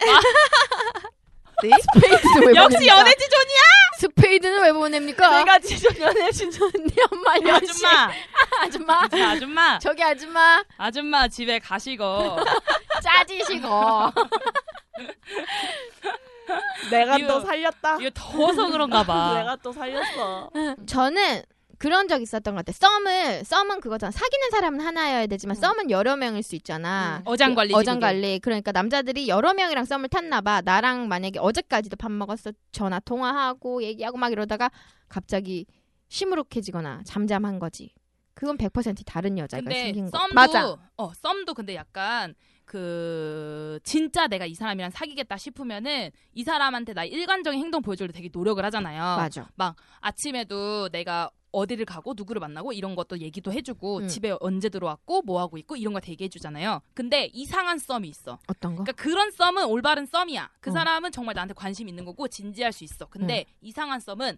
B: 스페이드는 왜
A: 역시
B: 보냅니까?
A: 연애 지존이
B: 스페이드는 왜 보냅니까?
D: 내가 지전 연애 신청.
B: 네 엄마 연신
A: 아줌마.
B: 아줌마.
A: 자, 아줌마.
B: 저기 아줌마
A: 아줌마 집에 가시고
B: 짜지시고.
D: 내가
A: 이거-
D: 또 살렸다.
A: 이거 더워서 그런가 봐.
D: 내가 또 살렸어.
B: 저는 그런 적 있었던 것 같아. 썸을 썸은 그거잖아. 사귀는 사람은 하나여야 되지만 썸은 여러 명일 수 있잖아. 예,
A: 어장 관리.
B: 어장 관리. 그러니까 남자들이 여러 명이랑 썸을 탔나 봐. 나랑 만약에 어제까지도 밥 먹었어. 전화 통화하고 얘기하고 막 이러다가 갑자기 시무룩해지거나 잠잠한 거지. 그건 100% 다른 여자가
A: 근데
B: 생긴 거.
A: 썸도
B: 맞아.
A: 어 썸도 근데 약간 그 진짜 내가 이 사람이랑 사귀겠다 싶으면은 이 사람한테 나 일관적인 행동 보여주려 되게 노력을 하잖아요.
B: 맞아.
A: 아침에도 내가 어디를 가고 누구를 만나고 이런 것도 얘기도 해주고
B: 음.
A: 집에 언제 들어왔고 뭐 하고 있고 이런 거 되게 해주잖아요. 근데 이상한 썸이 있어.
B: 어떤 거?
A: 그러니까 그런 썸은 올바른 썸이야. 그
B: 어.
A: 사람은 정말 나한테 관심 있는 거고 진지할 수 있어. 근데 이상한 썸은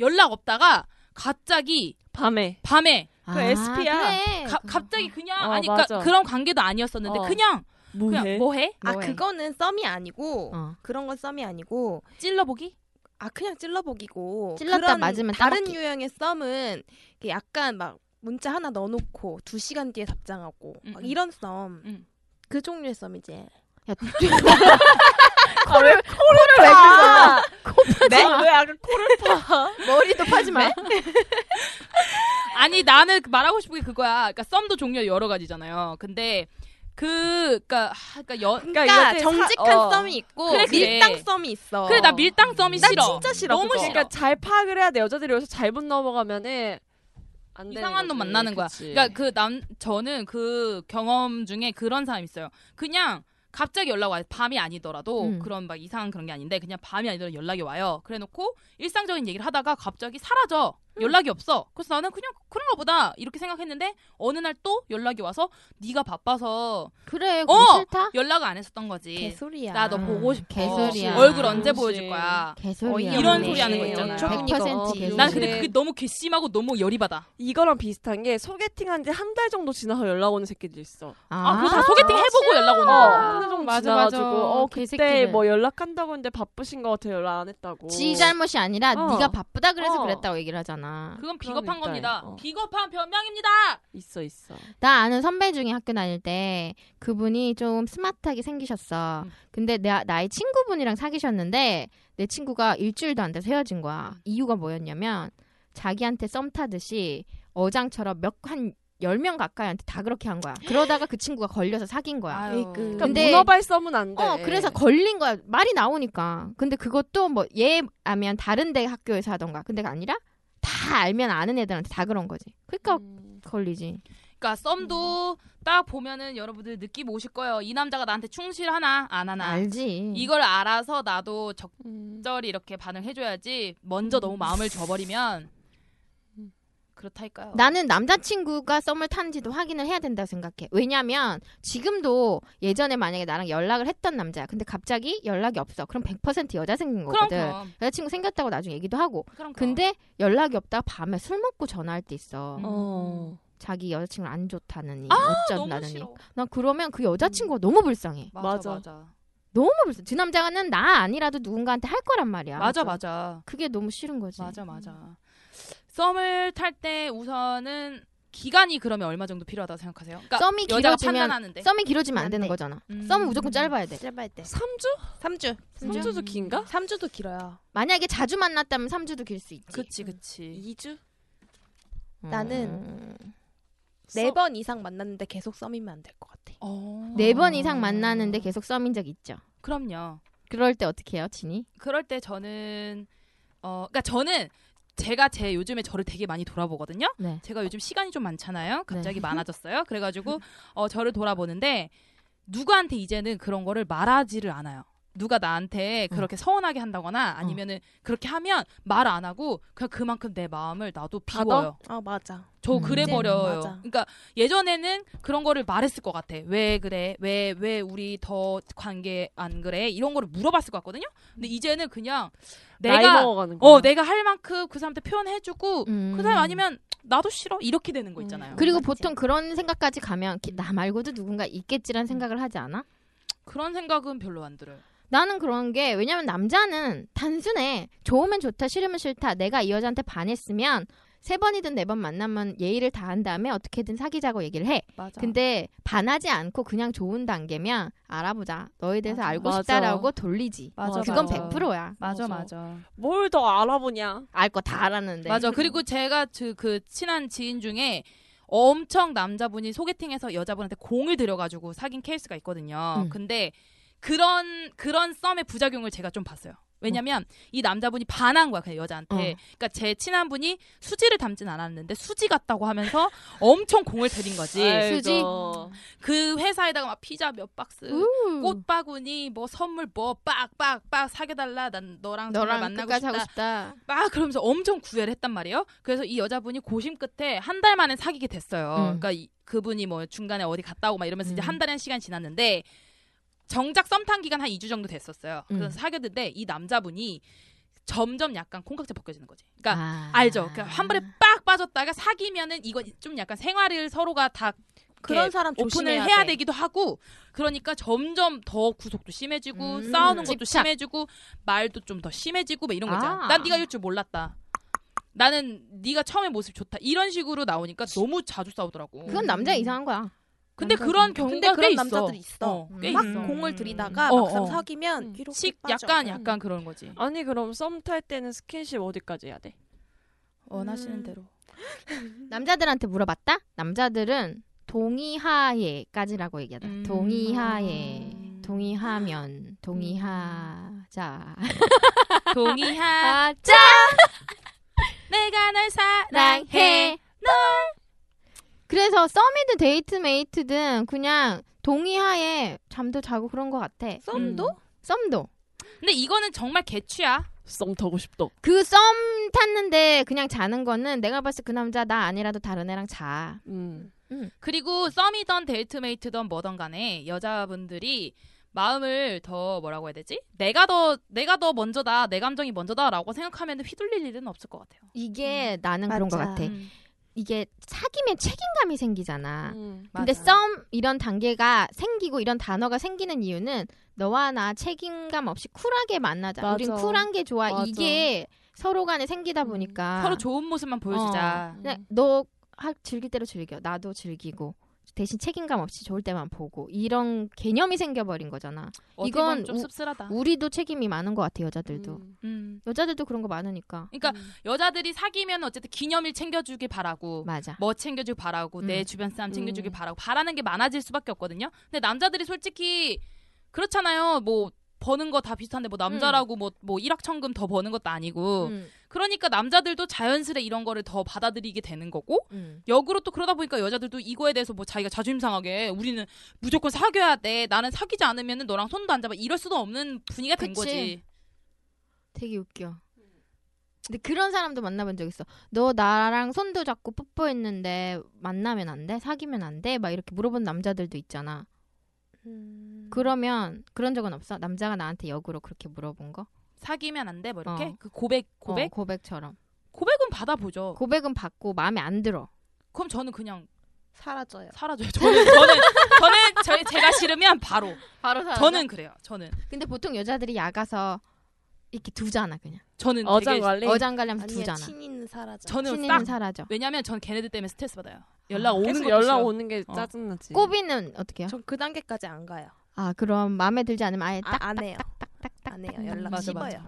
A: 연락 없다가 갑자기
D: 밤에.
A: 밤에
B: 아,
D: SP 야.
B: 네, 그래.
A: 가-
B: 그거.
A: 갑자기 그냥
D: 어,
A: 아니
D: 맞아.
A: 그러니까 그런 관계도 아니었었는데
D: 어.
A: 그냥
D: 무해.
A: 그냥 뭐해?
E: 아
B: 뭐해.
E: 그거는 썸이 아니고
B: 어.
E: 그런 건 썸이 아니고
A: 찔러보기?
E: 아 그냥 찔러보기고
B: 찔렀다
E: 그런
B: 맞으면
E: 다른
B: 따먹기.
E: 유형의 썸은 이게 약간 막 문자 하나 넣어놓고 두 시간 뒤에 답장하고
A: 음,
E: 막
A: 음.
E: 이런 썸.
A: 음.
E: 그 종류의 썸이지.
B: 야,
D: 코를 왜
E: 아!
D: 파? 네? 왜 아까 코를 파?
B: 머리도 파지 마.
A: 아니 나는 그 말하고 싶은 게 그거야. 그러니까 썸도 종류 여러 가지잖아요. 근데 그 그러니까 하, 그러니까 연
E: 그러니까
D: 이거
E: 정직한
D: 사- 어.
E: 썸이 있고
A: 그래, 그래.
E: 밀당 썸이 있어.
A: 그래 나 밀당 썸이
E: 나
A: 싫어.
E: 진짜 싫어,
A: 너무
E: 그거.
A: 싫어.
D: 그러니까 잘 파악을 해야 돼. 여자들이 여기서 잘못 넘어가면은 안 되는
A: 이상한 놈
D: 거지.
A: 만나는 거야.
D: 네, 그치.
A: 그러니까 그 남 저는 그 경험 중에 그런 사람 있어요. 그냥 갑자기 연락 와요. 밤이 아니더라도
B: 음.
A: 그런 막 이상한 그런 게 아닌데 그냥 밤이 아니더라도 연락이 와요. 그래놓고 일상적인 얘기를 하다가 갑자기 사라져.
E: 음.
A: 연락이 없어. 그래서 나는 그냥 그런가 보다 이렇게 생각했는데 어느 날 또 연락이 와서 네가 바빠서
B: 그래, 그거
A: 어!
B: 싫다.
A: 연락을 안 했었던 거지.
E: 개소리야.
A: 나 너 보고 싶어.
B: 개소리야.
A: 얼굴 언제
D: 그치.
A: 보여줄 거야?
B: 개소리야.
A: 어, 이런
B: 언니.
A: 소리 하는 거 있잖아.
B: 100%
D: 그치.
B: 개소리.
A: 난 근데 그게 너무 괘씸하고 너무 열이 받아.
D: 이거랑 비슷한 게 소개팅한 지 한 달 정도 지나서 연락 오는 새끼들 있어.
A: 아, 그거 다 소개팅 해보고 연락 오는
D: 어,
A: 거야.
D: 한달 정도
B: 맞아,
D: 지나가지고
B: 맞아.
D: 어 그때
B: 개새끼들.
D: 뭐 연락한다고 했는데 바쁘신 것 같아 연락 안 했다고.
B: 지 잘못이 아니라
D: 어.
B: 네가 바쁘다 그래서
D: 어.
B: 그랬다고 얘기를 하잖아.
A: 그건 비겁한
D: 그럼 일단,
A: 겁니다.
D: 어.
A: 비겁한 변명입니다.
D: 있어 있어.
B: 나 아는 선배 중에 학교 다닐 때 그분이 좀 스마트하게 생기셨어.
A: 음.
B: 근데 내 나의 친구분이랑 사귀셨는데 내 친구가 일주일도 안 돼서 헤어진 거야.
A: 음.
B: 이유가 뭐였냐면 자기한테 썸 타듯이 어장처럼 몇한10명 가까이한테 다 그렇게 한 거야. 그러다가 그 친구가 걸려서 사귄 거야.
D: 그러니까
B: 근데-
D: 문어발 썸은 안
A: 아,
D: 돼.
A: 네.
B: 어, 그래서 걸린 거야. 말이 나오니까. 근데 그것도 뭐, 얘 알면 다른 데 학교에서 하던가. 근데가 아니라, 다 알면 아는 애들한테 다 그런 거지. 그러니까
D: 음.
B: 걸리지.
A: 그러니까 그러니까 썸도
B: 음.
A: 딱 보면은 여러분들 느낌 오실 거예요. 이 남자가 나한테 충실하나 안 하나.
B: 알지.
A: 이걸 알아서 나도
B: 음.
A: 적절히 이렇게 반응해줘야지 먼저 너무 마음을 줘버리면 그렇다니까요.
B: 음. 나는 남자친구가 썸을 타는지도 확인을 해야 된다고 생각해. 왜냐면 지금도 예전에 만약에 나랑 연락을 했던 남자야. 근데 갑자기 연락이 없어. 그럼 100% 여자 생긴
A: 그럼
B: 거거든.
A: 그럼
B: 여자친구 생겼다고 나중에 얘기도 하고.
A: 그럼
B: 근데 연락이 없다가 밤에 술 먹고 전화할 때 있어.
A: 음.
D: 어.
B: 자기 여자친구 안 좋다느니
A: 아, 너무
B: 어쩐다느니.
A: 싫어.
B: 나 그러면 그 여자친구가 너무 불쌍해.
A: 맞아
D: 맞아.
A: 맞아
B: 너무 불쌍해. 그 남자는 나 아니라도 누군가한테 할 거란 말이야.
A: 맞아 맞아
B: 그게 너무 싫은 거지.
A: 맞아 맞아. 썸을 탈 때 우선은 기간이 그러면 얼마 정도 필요하다고 생각하세요? 그러니까
B: 썸이
A: 여자가
B: 길어지면-
A: 판단하는데
B: 썸이 길어지면 안
E: 안
B: 되는
E: 돼.
B: 거잖아.
A: 음.
B: 썸은 무조건 짧아야 돼.
K: 짧을 때.
D: 3주?
E: 3주.
D: 3주도 긴가?
E: 3주도 길어요.
B: 만약에 자주 만났다면 3주도 길 수 있지. 어.
A: 그치 그치
D: 2주?
B: 나는
E: 네 번 이상 만났는데 계속 썸이면 안 될 것 같아.
A: 어.
B: 네 번 이상 만나는데 계속 썸인 적 있죠.
A: 그럼요.
B: 그럴 때 어떻게 해요, 진이?
A: 그럴 때 저는 어 그러니까 저는 제가 제 요즘에 저를 되게 많이 돌아보거든요.
B: 네.
A: 제가 요즘 시간이 좀 많잖아요. 갑자기 많아졌어요. 그래가지고 어 저를 돌아보는데 누구한테 이제는 그런 거를 말하지를 않아요. 누가 나한테 그렇게 서운하게 한다거나 아니면은 그렇게 하면 말 안 하고 그냥 그만큼 내 마음을 나도 비워요.
E: 아 맞아.
A: 저
B: 음.
A: 그래
E: 이제는
A: 버려요.
E: 맞아.
A: 그러니까 예전에는 그런 거를 말했을 것 같아. 왜 그래? 왜 왜 우리 더 관계 안 그래? 이런 거를 물어봤을 것 같거든요. 근데 이제는 그냥
D: 나이
A: 내가
D: 먹어가는 거.
A: 어 내가 할 만큼 그 사람한테 표현해주고
B: 음.
A: 그 사람 아니면 나도 싫어 이렇게 되는 거 있잖아요.
B: 그리고 보통 그런 생각까지 가면 기- 나 말고도 누군가
A: 음.
B: 있겠지라는 생각을 하지 않아?
A: 그런 생각은 별로 안 들어요.
B: 나는 그런 게 왜냐면 남자는 단순해. 좋으면 좋다, 싫으면 싫다. 내가 이 여자한테 반했으면 세 번이든 네 번 만나면 예의를 다한 다음에 어떻게든 사귀자고 얘기를 해.
A: 맞아.
B: 근데 반하지 않고 그냥 좋은 단계면 알아보자. 너에 대해서
A: 맞아.
B: 알고
D: 맞아.
B: 싶다라고 돌리지. 어,
A: 맞아,
B: 그건
A: 맞아.
B: 100%야.
A: 맞아
D: 맞아.
A: 맞아.
D: 뭘 더 알아보냐?
B: 알 거 다 알았는데.
A: 맞아. 그리고 제가 그, 그 친한 지인 중에 엄청 남자분이 소개팅해서 여자분한테 공을 들여가지고 사귄 케이스가 있거든요.
B: 음.
A: 근데 그런 그런 썸의 부작용을 제가 좀 봤어요. 왜냐면 이 남자분이 반한 거야 그냥 여자한테.
B: 어.
A: 그러니까 제 친한 분이 수지를 닮진 않았는데 수지 같다고 하면서 엄청 공을 들인 거지.
B: 수지?
D: 어.
A: 그 회사에다가 막 피자 몇 박스,
B: 우.
A: 꽃바구니, 뭐 선물 뭐 빡빡빡 사겨달라. 난 너랑 정말
B: 너랑
A: 만나고
B: 음. 끝까지 하고
A: 싶다.
B: 싶다.
A: 막 그러면서 엄청 구애를 했단 말이에요. 그래서 이 여자분이 고심 끝에 한 달 만에 사귀게 됐어요.
B: 음.
A: 그러니까 이- 그분이 뭐 중간에 어디 갔다 오고 막 이러면서 이제
B: 음.
A: 한 달이라는 시간이 지났는데 정작 썸탄 기간 한 2주 정도 됐었어요. 그래서
B: 음.
A: 사귀었는데 이 남자분이 점점 약간 콩깍지 벗겨지는 거지. 그러니까
B: 아.
A: 알죠. 그러니까 한 번에 빡 빠졌다가 사귀면은 이건 좀 약간 생활을 서로가 다
E: 그런
A: 이렇게
E: 사람
A: 오픈을
E: 조심해야
A: 해야,
E: 돼.
A: 되기도 하고 그러니까 점점 더 구속도 심해지고
B: 음.
A: 싸우는 것도
B: 집착.
A: 심해지고 말도 좀 더 심해지고 막 이런 거 있잖아.
B: 아.
A: 난 네가 이럴 줄 몰랐다. 나는 네가 처음에 모습 좋다. 이런 식으로 나오니까 너무 자주 싸우더라고.
B: 그건 남자 이상한 거야.
A: 근데
E: 남자들.
A: 그런
E: 근데
A: 경우가
E: 그런
A: 꽤
E: 남자들이
A: 있어.
E: 있어. 음.
A: 어, 꽤
E: 막
A: 있어.
E: 공을 들이다가
A: 어,
E: 막상
A: 어.
E: 사귀면
D: 음.
E: 이렇게
A: 식
E: 빠져. 음.
A: 약간 약간 그런 거지.
D: 아니 그럼 썸 탈 때는 스킨십 어디까지 해야 돼?
A: 원하시는 대로.
B: 남자들한테 물어봤다? 남자들은 동의하에까지라고 얘기하다.
A: 음. 아.
B: 동의하에. 동의하면 동의하자
E: 아.
A: 동의하.
B: 하자
A: 내가 널 사랑해.
B: 사랑해 그래서 썸이든 데이트메이트든 그냥 동의하에 잠도 자고 그런 것 같아
E: 썸도?
D: 음.
B: 썸도
A: 근데 이거는 정말 개취야.
D: 썸 타고 싶다.
B: 그 썸 탔는데 그냥 자는 거는 내가 봤을 때 그 남자 나 아니라도 다른 애랑 자
D: 음.
A: 그리고 썸이던 데이트메이트던 뭐던 간에 여자분들이 마음을 더 뭐라고 해야 되지? 내가 더 내가 더 먼저다. 내 감정이 먼저다라고 생각하면 휘둘릴 일은 없을 것 같아요.
B: 이게 나는 그런 것
E: 맞아.
A: 음.
B: 같아 이게 사귀면 책임감이 생기잖아
D: 음.
B: 근데
A: 맞아.
B: 썸 이런 단계가 생기고 이런 단어가 생기는 이유는 너와 나 책임감 없이 쿨하게 만나자.
D: 맞아.
B: 우린 쿨한 게 좋아.
D: 맞아.
B: 이게 서로 간에 생기다
D: 음.
B: 보니까
A: 서로 좋은 모습만 보여주자.
B: 아. 어. 그냥 너 하- 즐길 대로 즐겨. 나도 즐기고 대신 책임감 없이 좋을 때만 보고 이런 개념이 생겨버린 거잖아.
A: 어떻게
B: 이건
A: 보면 좀
B: 우-
A: 씁쓸하다.
B: 우리도 책임이 많은 것 같아 여자들도.
D: 음.
A: 아. 음.
B: 여자들도 그런 거 많으니까.
A: 그러니까 여자들이 사귀면 어쨌든 기념일 챙겨주길 바라고
B: 맞아.
A: 뭐 챙겨주길 바라고 내
B: 음.
A: 주변 사람
D: 음.
A: 챙겨주길 바라고 바라는 게 많아질 수밖에 없거든요. 근데 남자들이 솔직히 그렇잖아요. 뭐 버는 거 다 비슷한데 뭐 남자라고 뭐 뭐 일확천금 더 버는 것도 아니고
B: 음.
A: 그러니까 남자들도 자연스레 이런 거를 더 받아들이게 되는 거고
B: 음.
A: 역으로 또 그러다 보니까 여자들도 이거에 대해서 뭐 자기가 자존심 상하게 우리는 무조건 사귀어야 돼 나는 사귀지 않으면 너랑 손도 안 잡아 이럴 수도 없는 분위기가 된
B: 그치.
A: 거지
B: 되게 웃겨.
A: 음.
B: 근데 그런 사람도 만나본 적 있어. 너 나랑 손도 잡고 뽀뽀했는데 만나면 안 돼? 사귀면 안 돼? 막 이렇게 물어본 남자들도 있잖아.
A: 음.
B: 그러면 그런 적은 없어? 남자가 나한테 역으로 그렇게 물어본 거?
A: 사귀면 안 돼 뭐 이렇게
B: 어.
A: 그 고백
B: 어,
A: 고백 어.
B: 고백처럼.
A: 고백은 받아보죠
B: 고백은 받고 마음에 안 들어.
A: 그럼 저는 그냥
E: 사라져요.
A: 사라져요 저는 저는 저는 저, 제가 싫으면 바로
B: 바로 사라져?
A: 저는 그래요 저는
B: 근데 보통 여자들이 야가서 이렇게 두잖아 그냥.
A: 저는 되게
D: 어장관리.
B: 어장관리하면서
E: 아니야
B: 음, 두잖아.
E: 친이는 사라져.
A: 저는
B: 신인은
A: 싹
B: 사라져.
A: 왜냐면 전 걔네들 때문에 스트레스 받아요 연락 오는
D: 계속
A: 것도
D: 연락
A: 싫어.
D: 오는 게
A: 어.
D: 짜증나지.
B: 꼬비는 어떻게 해요?
E: 전 그 단계까지 안 가요.
B: 아 그럼 마음에 들지 않으면 아예 네, 딱
E: 아, 안 해요. 안 해요. 연락
A: 맞아,
E: 씹어요.
A: 맞아.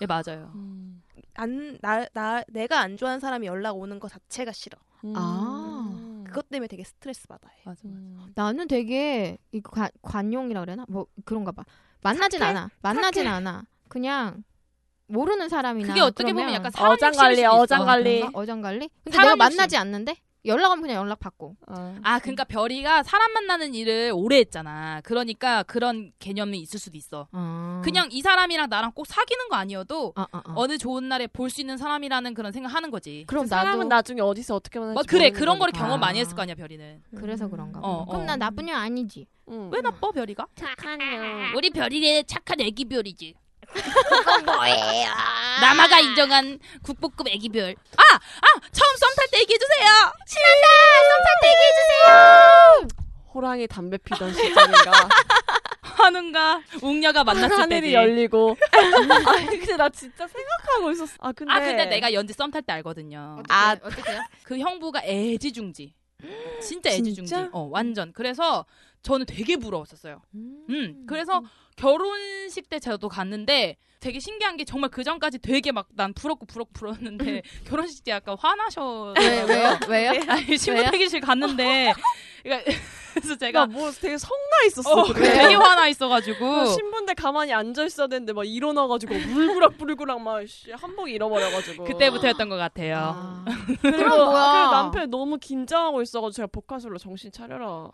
A: 예 맞아요
D: 음.
E: 안나나 내가 안 좋아하는 사람이 연락 오는 거 자체가 싫어.
D: 음.
A: 음.
B: 아.
E: 그것 때문에 되게 스트레스 받아요.
A: 맞아
D: 음.
B: 나는 되게 이 관, 관용이라 그래나 뭐 그런가 봐 만나진 않아 만나진 않아 그냥 모르는 사람이나
A: 그게 어떻게
B: 그러면
A: 보면 약간 사람 욕심일 수도
D: 어장관리,
A: 있어.
D: 어장관리.
B: 그런가? 어장관리 근데
A: 사람
B: 내가
A: 욕심.
B: 만나지 않는데 연락하면 그냥 연락 받고
D: 어.
A: 아, 그러니까 별이가 사람 만나는 일을 오래 했잖아. 그러니까 그런 개념이 있을 수도 있어.
B: 어.
A: 그냥 이 사람이랑 나랑 꼭 사귀는 거 아니어도
B: 어, 어, 어.
A: 어느 좋은 날에 볼 수 있는 사람이라는 그런 생각하는 거지.
B: 그럼
D: 그
B: 나도
D: 사람은 나중에 어디서 어떻게 만날지
A: 뭐 그래
D: 모르는
A: 그런 거를
D: 거니까.
A: 경험 많이
B: 아.
A: 했을 거 아니야 별이는.
B: 그래서 그런가 봐
A: 어,
B: 그럼
A: 어.
B: 나 나쁜 년 아니지
D: 응.
A: 왜 나빠 별이가?
K: 착한 년.
A: 우리 별이는 착한 애기 별이지.
K: 그건 뭐예요?
A: 남아가 인정한 국보급 애기 별. 아, 아 처음 썸 탈 때 얘기해 주세요.
B: 신난다 썸탈 때 얘기해주세요
D: 호랑이 담배 피던 시절인가
A: 한은가 웅녀가 만났을
D: 하늘이
A: 때지.
D: 열리고 아니 근데 나 진짜 생각하고 있었어 아 근데
A: 아 근데 내가 연지 썸 탈 때 알거든요.
B: 아 어떻게요
A: 그 형부가 애지중지. 진짜 애지중지.
D: 진짜?
A: 어, 완전. 그래서 저는 되게 부러웠었어요.
B: 음.
A: 음. 그래서 결혼식 때 저도 갔는데 되게 신기한 게 정말 그 전까지 되게 막 난 부럽고 부럽고 부러웠는데 결혼식 때 약간 화나셔.
B: 왜 왜요 왜요
A: 아니, 신부
B: 왜요?
A: 대기실 갔는데. 그러니까 그래서 제가
D: 나뭐 되게 성나 있었어
A: 어,
D: 그때.
A: 되게 화나 있어가지고.
D: 그 신분대 가만히 앉아 있어야 되는데 막 일어나가지고 물구락부리구락 막 씨, 한복 잃어버려가지고
A: 그때부터였던 것 같아요.
B: 아.
D: 그리고,
B: 그럼 뭐야.
D: 그리고 남편이 너무 긴장하고 있어가지고 제가 복화술로 정신 차려라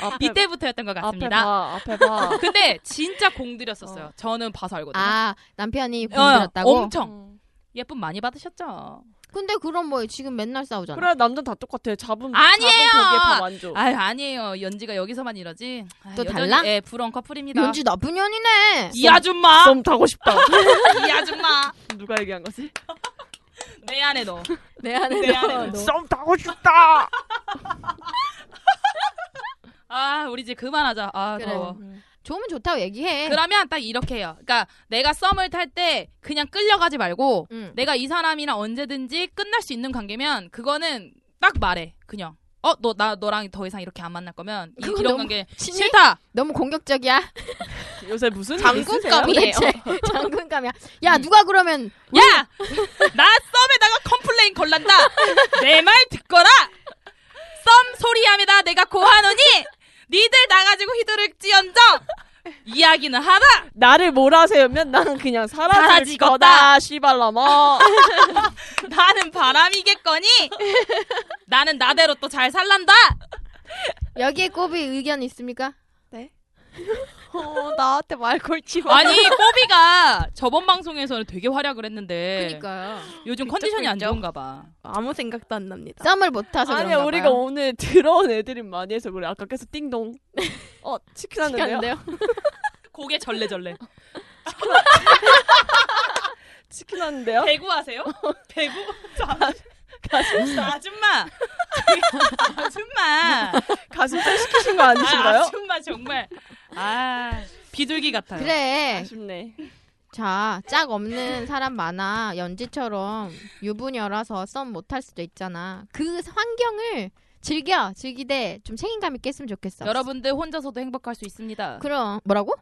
D: 앞에,
A: 이때부터였던 것
D: 앞에
A: 같습니다. 아, 그
D: 봐 앞에 봐
A: 근데 진짜 공들였었어요. 저는 봐서 알거든요.
B: 아 남편이
A: 어,
B: 공들였다고
A: 엄청
D: 음.
A: 예쁨 많이 받으셨죠.
B: 근데 그럼 뭐 지금 맨날 싸우잖아
D: 그래 남자 다 똑같아 잡은
A: 아니에요!
D: 잡은 거기에 다 만족
A: 아유 아니에요 연지가 여기서만 이러지 아,
B: 또
A: 여전히,
B: 달라?
A: 예 부러운 커플입니다
B: 연지 나쁜 년이네
A: 이 아줌마
D: 썸 타고 싶다
A: 이 아줌마
D: 누가 얘기한 거지?
A: 내 안에 너
B: 내 안에
A: 내 안에
D: 썸 타고 싶다
A: 너아 우리 이제 그만하자 아
B: 그래. 음.
A: 더워
B: 좋으면 좋다고 얘기해.
A: 그러면 딱 이렇게 해요 그러니까 내가 썸을 탈 때 그냥 끌려가지 말고
B: 응.
A: 내가 이 사람이랑 언제든지 끝날 수 있는 관계면 그거는 딱 말해 그냥 어 너 나 너랑 더 이상 이렇게 안 만날 거면 이,
B: 그건
A: 이런
B: 너무
A: 관계
B: 친해?
A: 싫다
B: 너무 공격적이야.
D: 요새 무슨
B: 장군감이에요. 장군감이야. 야 누가 그러면
A: 야! 나 썸에다가 컴플레인 걸란다! 내 말 듣거라! 썸 소리함에다 내가 고하노니! 니들 나가지고 휘두를 지언정! 이야기는 하라!
D: 나를 몰아세우면 나는 그냥 사라질
A: 사라지겠다.
D: 거다 씨발라마
A: 나는 바람이겠거니! 나는 나대로 또 잘 살란다!
B: 여기에 꼬비 의견 있습니까?
E: 어, 나한테 말 걸지 마.
A: 아니, 꼬비가 저번 방송에서는 되게 활약을 했는데
B: 그러니까요.
A: 요즘 컨디션이 안 좋은가 봐.
E: 아무 생각도 안 납니다.
B: 썸을 못 타서
D: 아니
B: 그런가
D: 우리가
B: 봐요.
D: 오늘 들어온 애들이 많이 해서 그래 아까 계속 띵동 어 치킨 왔는데요
B: 미안한데요?
A: 고개 절레절레.
D: 치킨 왔는데요
A: 배구 하세요? 배구? 가슴 아줌마! 아줌마!
D: 가슴살 시키신 거 아니신가요?
A: 아, 아줌마 정말 아 비둘기 같아요.
B: 그래.
D: 아쉽네
B: 자, 짝 없는 사람 많아. 연지처럼 유부녀라서 썸 못 탈 수도 있잖아. 그 환경을 즐겨. 즐기되 좀 책임감 있게 했으면 좋겠어.
A: 여러분들 혼자서도 행복할 수 있습니다.
B: 그럼 뭐라고?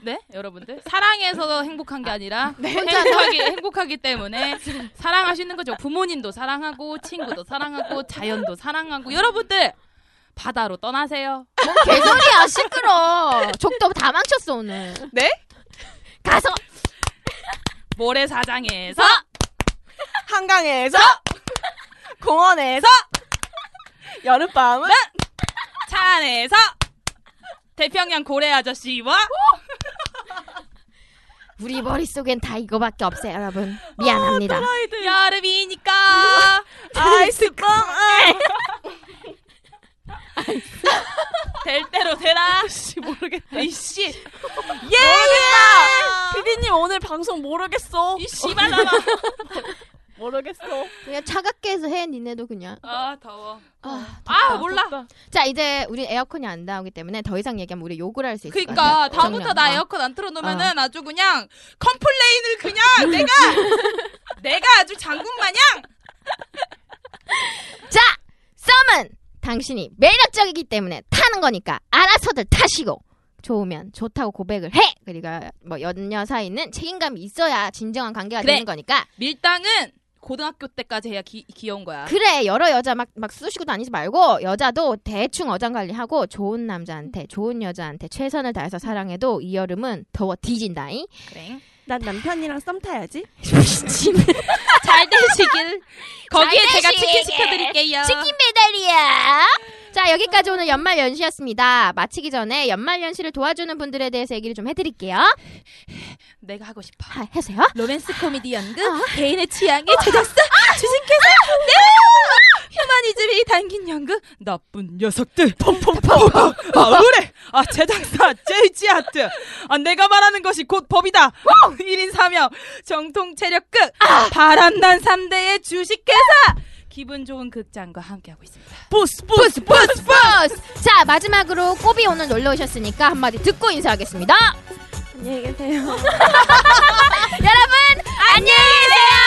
A: 네, 여러분들 사랑해서 행복한 게 아니라
D: 네.
B: 혼자
A: 행복하기 행복하기 때문에 사랑하시는 거죠. 부모님도 사랑하고 친구도 사랑하고 자연도 사랑하고 여러분들 바다로 떠나세요.
B: 뭔
A: 네?
B: 개소리야 시끄러. 족도 다 망쳤어 오늘.
E: 네?
B: 가서
A: 모래사장에서
D: 어?
G: 한강에서 공원에서 여름밤은
A: 차 안에서 대평양 고래 아저씨와
B: 우리 머릿속엔 다 이거밖에 없어요, 여러분.
A: 아,
B: 미안합니다.
A: 여름이니까
G: 아이스빵
A: 될 대로 되라.
F: 씨 모르겠다.
A: 이씨 예!
D: 피디님 오늘 방송 모르겠어.
A: 이 씨발놈아.
D: 모르겠어.
B: 그냥 차갑게 해서 해, 니네도 그냥.
A: 아 더워.
B: 아,
A: 아 몰라.
B: 자, 이제 우리 에어컨이 안 나오기 때문에 더 이상 얘기하면 우리 욕을 할 수 있을 것
A: 그러니까
B: 같아요.
A: 다음부터
B: 정녕.
A: 나
B: 어.
A: 에어컨 안 틀어놓으면은 아주 그냥 컴플레인을 그냥 내가 내가 아주 장군 마냥
B: 자, 썸은 당신이 매력적이기 때문에 타는 거니까 알아서들 타시고 좋으면 좋다고 고백을 해. 그리고 뭐 연녀 사이는 책임감이 있어야 진정한 관계가
A: 그래.
B: 되는 거니까.
A: 밀당은 고등학교 때까지 해야 기, 귀여운 거야.
B: 그래 여러 여자 막 막 쑤시고 다니지 말고 여자도 대충 어장 관리하고 좋은 남자한테 좋은 여자한테 최선을 다해서 사랑해도 이 여름은 더워 뒤진다잉.
A: 그래.
G: 난 남편이랑 썸 타야지
B: 미친.
A: 잘 되시길. 거기에
B: 잘
A: 제가 치킨
B: 되시길.
A: 시켜드릴게요.
B: 치킨 배달이야. 자 여기까지 오늘 연말 연시였습니다. 마치기 전에 연말 연시를 도와주는 분들에 대해서 얘기를 좀 해드릴게요.
A: 내가 하고 싶어.
B: 아, 해세요.
A: 로맨스 코미디 연극
F: 어?
A: 개인의 취향에 제작사
F: 아!
A: 주신께서 네 휴머니즘이 담긴 연극
F: 나쁜 녀석들 펑펑펑펑 아 의뢰 아 제작사 JG 아트 아 내가 말하는 것이 곧 법이다
A: 1인 3역 정통 체력극
F: 아!
A: 바람난 3대의 주식회사 기분 좋은 극장과 함께하고 있습니다.
F: 부스 부스 부스
B: 버스. 자 마지막으로 꼬비 오늘 놀러 오셨으니까 한마디 듣고 인사하겠습니다.
G: 안녕히 계세요
B: 여러분 안녕히 계세요.